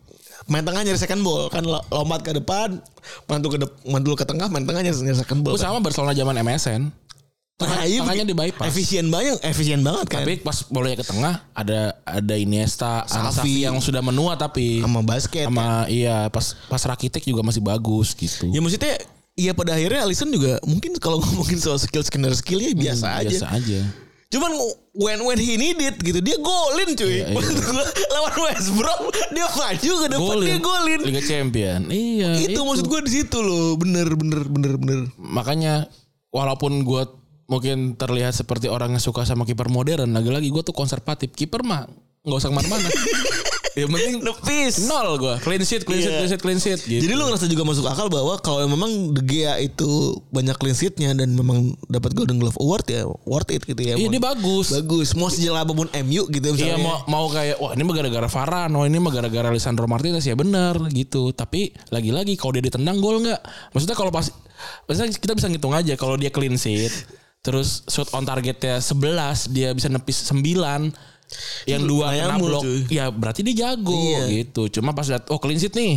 Speaker 3: Main tengah nyari second ball Kan lo- lompat ke depan Mantul ke, dep- mantul ke tengah Main tengah nyari, nyari second
Speaker 2: Itu
Speaker 3: ball
Speaker 2: sama Barcelona zaman MSN.
Speaker 3: Nah,
Speaker 2: Tangan-
Speaker 3: iya,
Speaker 2: tangannya di bypass.
Speaker 3: Efisien banyak Efisien banget kan
Speaker 2: Tapi pas bolanya ke tengah ada ada Iniesta, sama
Speaker 3: Xavi.
Speaker 2: Xavi yang sudah menua tapi
Speaker 3: Sama basket
Speaker 2: sama iya pas pas Rakitic juga masih bagus gitu.
Speaker 3: Ya maksudnya Iya pada akhirnya Alisson juga Mungkin kalau ngomongin soal skill skinner skillnya biasa aja
Speaker 2: Hmm, Biasa aja.
Speaker 3: Cuman when when he needed gitu Dia golin cuy
Speaker 2: Iya, iya.
Speaker 3: Maksud gua, Lawan West Brom Dia maju ke depan Dia golin
Speaker 2: Liga Champion. Iya.
Speaker 3: itu, maksud gue di situ loh Bener bener bener bener
Speaker 2: makanya walaupun gue mungkin terlihat seperti orang yang suka sama kiper modern lagi-lagi gue tuh konservatif kiper mah nggak usah kemana-mana yang penting
Speaker 3: Nepis
Speaker 2: nol gue clean sheet clean sheet
Speaker 3: Iya.
Speaker 2: clean sheet clean sheet gitu
Speaker 3: Jadi lu ngerasa juga masuk akal bahwa kalau memang De Gea itu banyak clean sheet-nya dan memang dapat Golden Glove Award ya worth it gitu ya.
Speaker 2: iya dia
Speaker 3: Mau-
Speaker 2: bagus
Speaker 3: bagus. Mau sejelas apapun MU gitu
Speaker 2: Iya
Speaker 3: misalnya.
Speaker 2: mau mau kayak wah ini mah gara-gara Varane, wah ini mah gara-gara Lisandro Martinez ya benar gitu. Tapi lagi-lagi kalau dia ditendang gol nggak? Maksudnya kalau pas maksudnya kita bisa ngitung aja kalau dia clean sheet terus shoot on targetnya 11 dia bisa nepis 9 yang dua
Speaker 3: lumayan
Speaker 2: kena
Speaker 3: mulu,
Speaker 2: blok
Speaker 3: cuy.
Speaker 2: ya berarti dia jago
Speaker 3: Iya.
Speaker 2: gitu cuma pas lihat oh clean sheet nih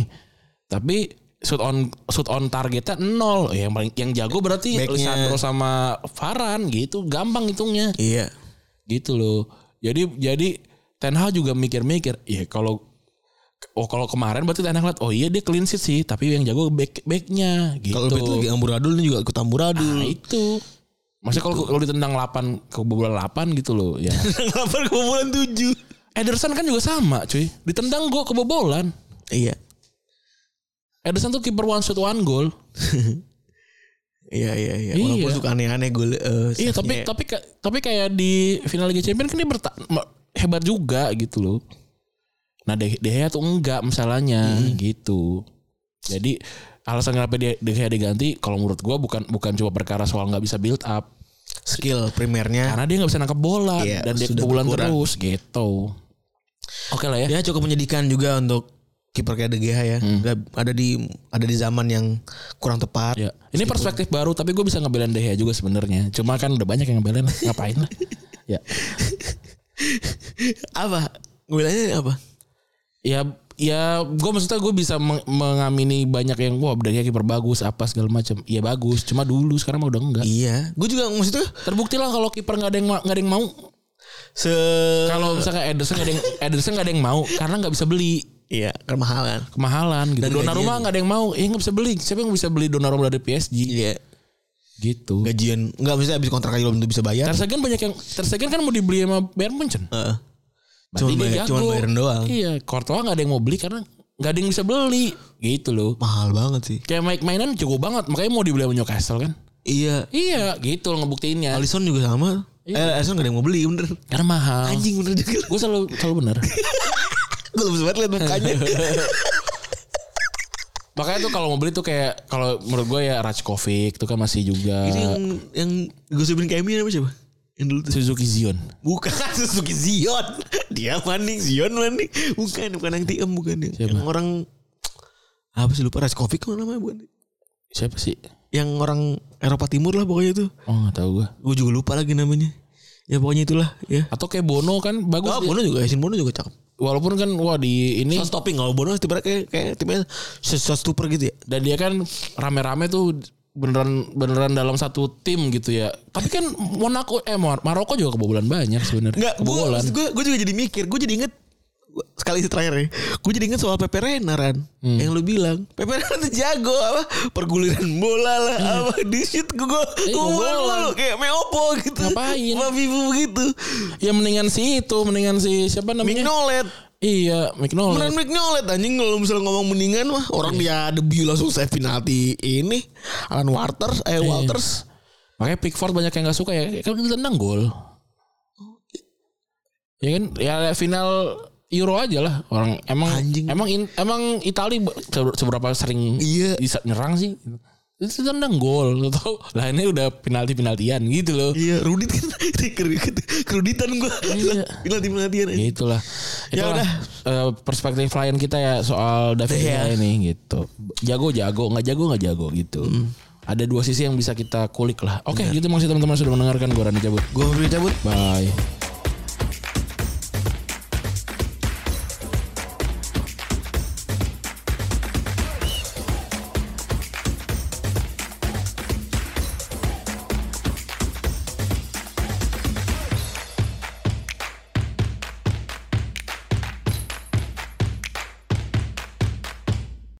Speaker 2: tapi shoot on shoot on targetnya nol yang paling yang jago berarti
Speaker 3: Backnya.
Speaker 2: Lisandro sama Varane gitu gampang hitungnya
Speaker 3: Iya.
Speaker 2: gitu loh. Jadi jadi Ten Hag juga mikir-mikir, ya kalau oh kalau kemarin berarti Ten Hag liat, oh iya dia clean sheet sih, tapi yang jago back backnya gitu.
Speaker 3: Kalau Bet lagi amburadul ini juga ikut amburadul.
Speaker 2: nah, itu. Maksudnya
Speaker 3: Gitu.
Speaker 2: kalau kalau ditendang 8 kebobolan 8 gitu loh ya.
Speaker 3: Kenapa kebobolan 7?
Speaker 2: Ederson kan juga sama, cuy. Ditendang gua kebobolan.
Speaker 3: Iya.
Speaker 2: Ederson tuh kiper one shot one goal.
Speaker 3: Iya iya
Speaker 2: Iya.
Speaker 3: iya. Walaupun suka aneh-aneh gol. eh,
Speaker 2: Iya tapi
Speaker 3: save-nya.
Speaker 2: tapi ka- tapi kayak di final Liga Champions kan dia berta- ma- hebat juga gitu loh. Nah De, De Gea tuh enggak masalahnya gitu. Jadi alasan kenapa dia De Gea diganti kalau menurut gua bukan bukan cuma perkara soal nggak bisa build up
Speaker 3: skill primernya
Speaker 2: karena dia nggak bisa nangkep bola
Speaker 3: Ya. Iya,
Speaker 2: dan dia
Speaker 3: sudah
Speaker 2: kebobolan
Speaker 3: berkurang.
Speaker 2: terus gitu. Oke lah ya. Hmm.
Speaker 3: ya cukup menyedihkan juga untuk kiper kayak De Gea ya. Nggak- ada di ada di zaman yang kurang tepat.
Speaker 2: Ya. Ini perspektif baru tapi gue bisa ngebelain De Gea juga sebenarnya. Cuma kan udah banyak yang ngebelain lah. ngapain lah. Ya.
Speaker 3: Apa? Ngebilangnya apa?
Speaker 2: Ya ya gue maksudnya gue bisa meng- mengamini banyak yang wah De Gea kiper bagus apa segala macam. Iya bagus, cuma dulu sekarang mah udah enggak.
Speaker 3: Iya, gue juga maksudnya
Speaker 2: Terbukti lah kalau kiper nggak ada yang ma- nggak ada yang mau.
Speaker 3: se
Speaker 2: Kalau misalnya Ederson nggak ada yang Ederson nggak ada yang mau karena nggak bisa beli
Speaker 3: iya kemahalan.
Speaker 2: kemahalan gitu.
Speaker 3: Dan
Speaker 2: Donnarumma
Speaker 3: gajian.
Speaker 2: nggak ada yang mau, ya nggak bisa beli. Siapa yang bisa beli Donnarumma dari PSG?
Speaker 3: Iya,
Speaker 2: Gitu.
Speaker 3: gajian nggak bisa habis kontrak aja belum tentu bisa bayar.
Speaker 2: Tersagan banyak yang Tersagan kan mau dibeli sama Bayern Munchen.
Speaker 3: Heeh.
Speaker 2: Berarti
Speaker 3: Cuman
Speaker 2: dia
Speaker 3: bayar-
Speaker 2: jago.
Speaker 3: cuman bayarin doang.
Speaker 2: Iya, Courtois nggak ada yang mau beli karena nggak ada yang bisa beli gitu loh.
Speaker 3: mahal banget sih.
Speaker 2: Kayak Mike mainan cukup banget, makanya mau dibeli sama Newcastle kan?
Speaker 3: Iya,
Speaker 2: Iya, gitu loh ngebuktiinnya.
Speaker 3: Alisson juga sama. Eh, Alisson gak ada yang mau beli bener.
Speaker 2: Karena mahal.
Speaker 3: Anjing bener juga.
Speaker 2: Gue selalu selalu benar.
Speaker 3: Gue lemes banget liat mukanya.
Speaker 2: makanya tuh kalau mau beli tuh kayak kalau menurut gue ya Rajkovic tuh kan masih juga
Speaker 3: Ini yang yang gue sebutin kayak Emi namanya siapa? Yang dulu tuh.
Speaker 2: Suzuki Zion.
Speaker 3: Bukan Suzuki Zion. Dia maning Zion maning. Bukan bukan yang TM bukan yang,
Speaker 2: Siapa?
Speaker 3: yang orang apa sih lupa Raskovic kan namanya bukan.
Speaker 2: Siapa sih?
Speaker 3: Yang orang Eropa Timur lah pokoknya itu.
Speaker 2: Oh nggak tahu gue.
Speaker 3: Gue juga lupa lagi namanya. Ya pokoknya itulah ya.
Speaker 2: Atau kayak Bono kan bagus.
Speaker 3: Oh,
Speaker 2: dia.
Speaker 3: Bono juga, Yasin Bono juga cakep.
Speaker 2: Walaupun kan wah di ini
Speaker 3: Ini stopping kalau oh, Bono tiba kayak kayak tiba super gitu ya.
Speaker 2: dan dia kan rame-rame tuh beneran beneran dalam satu tim gitu ya. Tapi kan Monaco eh Mar- Maroko juga kebobolan banyak sebenarnya.
Speaker 3: Enggak, gue
Speaker 2: kebobolan.
Speaker 3: gue gue juga jadi mikir, gue jadi inget gua- sekali sih terakhir ya, gue jadi inget soal Pepe Reina Ran,
Speaker 2: Hmm.
Speaker 3: yang lu bilang Pepe Reina tuh jago apa perguliran bola lah, apa di shoot gue gue
Speaker 2: Eh, Hmm.
Speaker 3: gue
Speaker 2: kebobolan.
Speaker 3: kayak meopo gitu,
Speaker 2: Ngapain?
Speaker 3: Babi bu gitu,
Speaker 2: Ya mendingan si itu, mendingan si siapa namanya?
Speaker 3: Mignolet,
Speaker 2: Iya, Mignolet.
Speaker 3: beneran Mignolet anjing kalau misalnya ngomong mendingan mah
Speaker 2: Iya.
Speaker 3: orang dia debut langsung saya penalti ini, Alan Walters,
Speaker 2: Iya.
Speaker 3: eh Walters,
Speaker 2: Makanya Pickford banyak yang gak suka ya. Kan itu tendang gol. Ya kan, ya final Euro aja lah orang emang
Speaker 3: Anjing.
Speaker 2: emang in- emang Itali be- se- seberapa sering
Speaker 3: Iya.
Speaker 2: bisa nyerang sih itu tendang gol Lu tau lah ini udah penalti penaltian gitu loh
Speaker 3: iya Rudit kan keruditan gue,
Speaker 2: Iya.
Speaker 3: penalti penaltian
Speaker 2: Ya itulah.
Speaker 3: Ya
Speaker 2: Itulah
Speaker 3: udah.
Speaker 2: eh, perspektif lain kita ya soal David
Speaker 3: Iya.
Speaker 2: Villa ini gitu. Jago jago, nggak jago nggak jago gitu.
Speaker 3: Hmm.
Speaker 2: Ada dua sisi yang bisa kita kulik lah. Oke, gitu maksud teman-teman sudah mendengarkan gue Rani cabut.
Speaker 3: Gue mau cabut.
Speaker 2: Bye.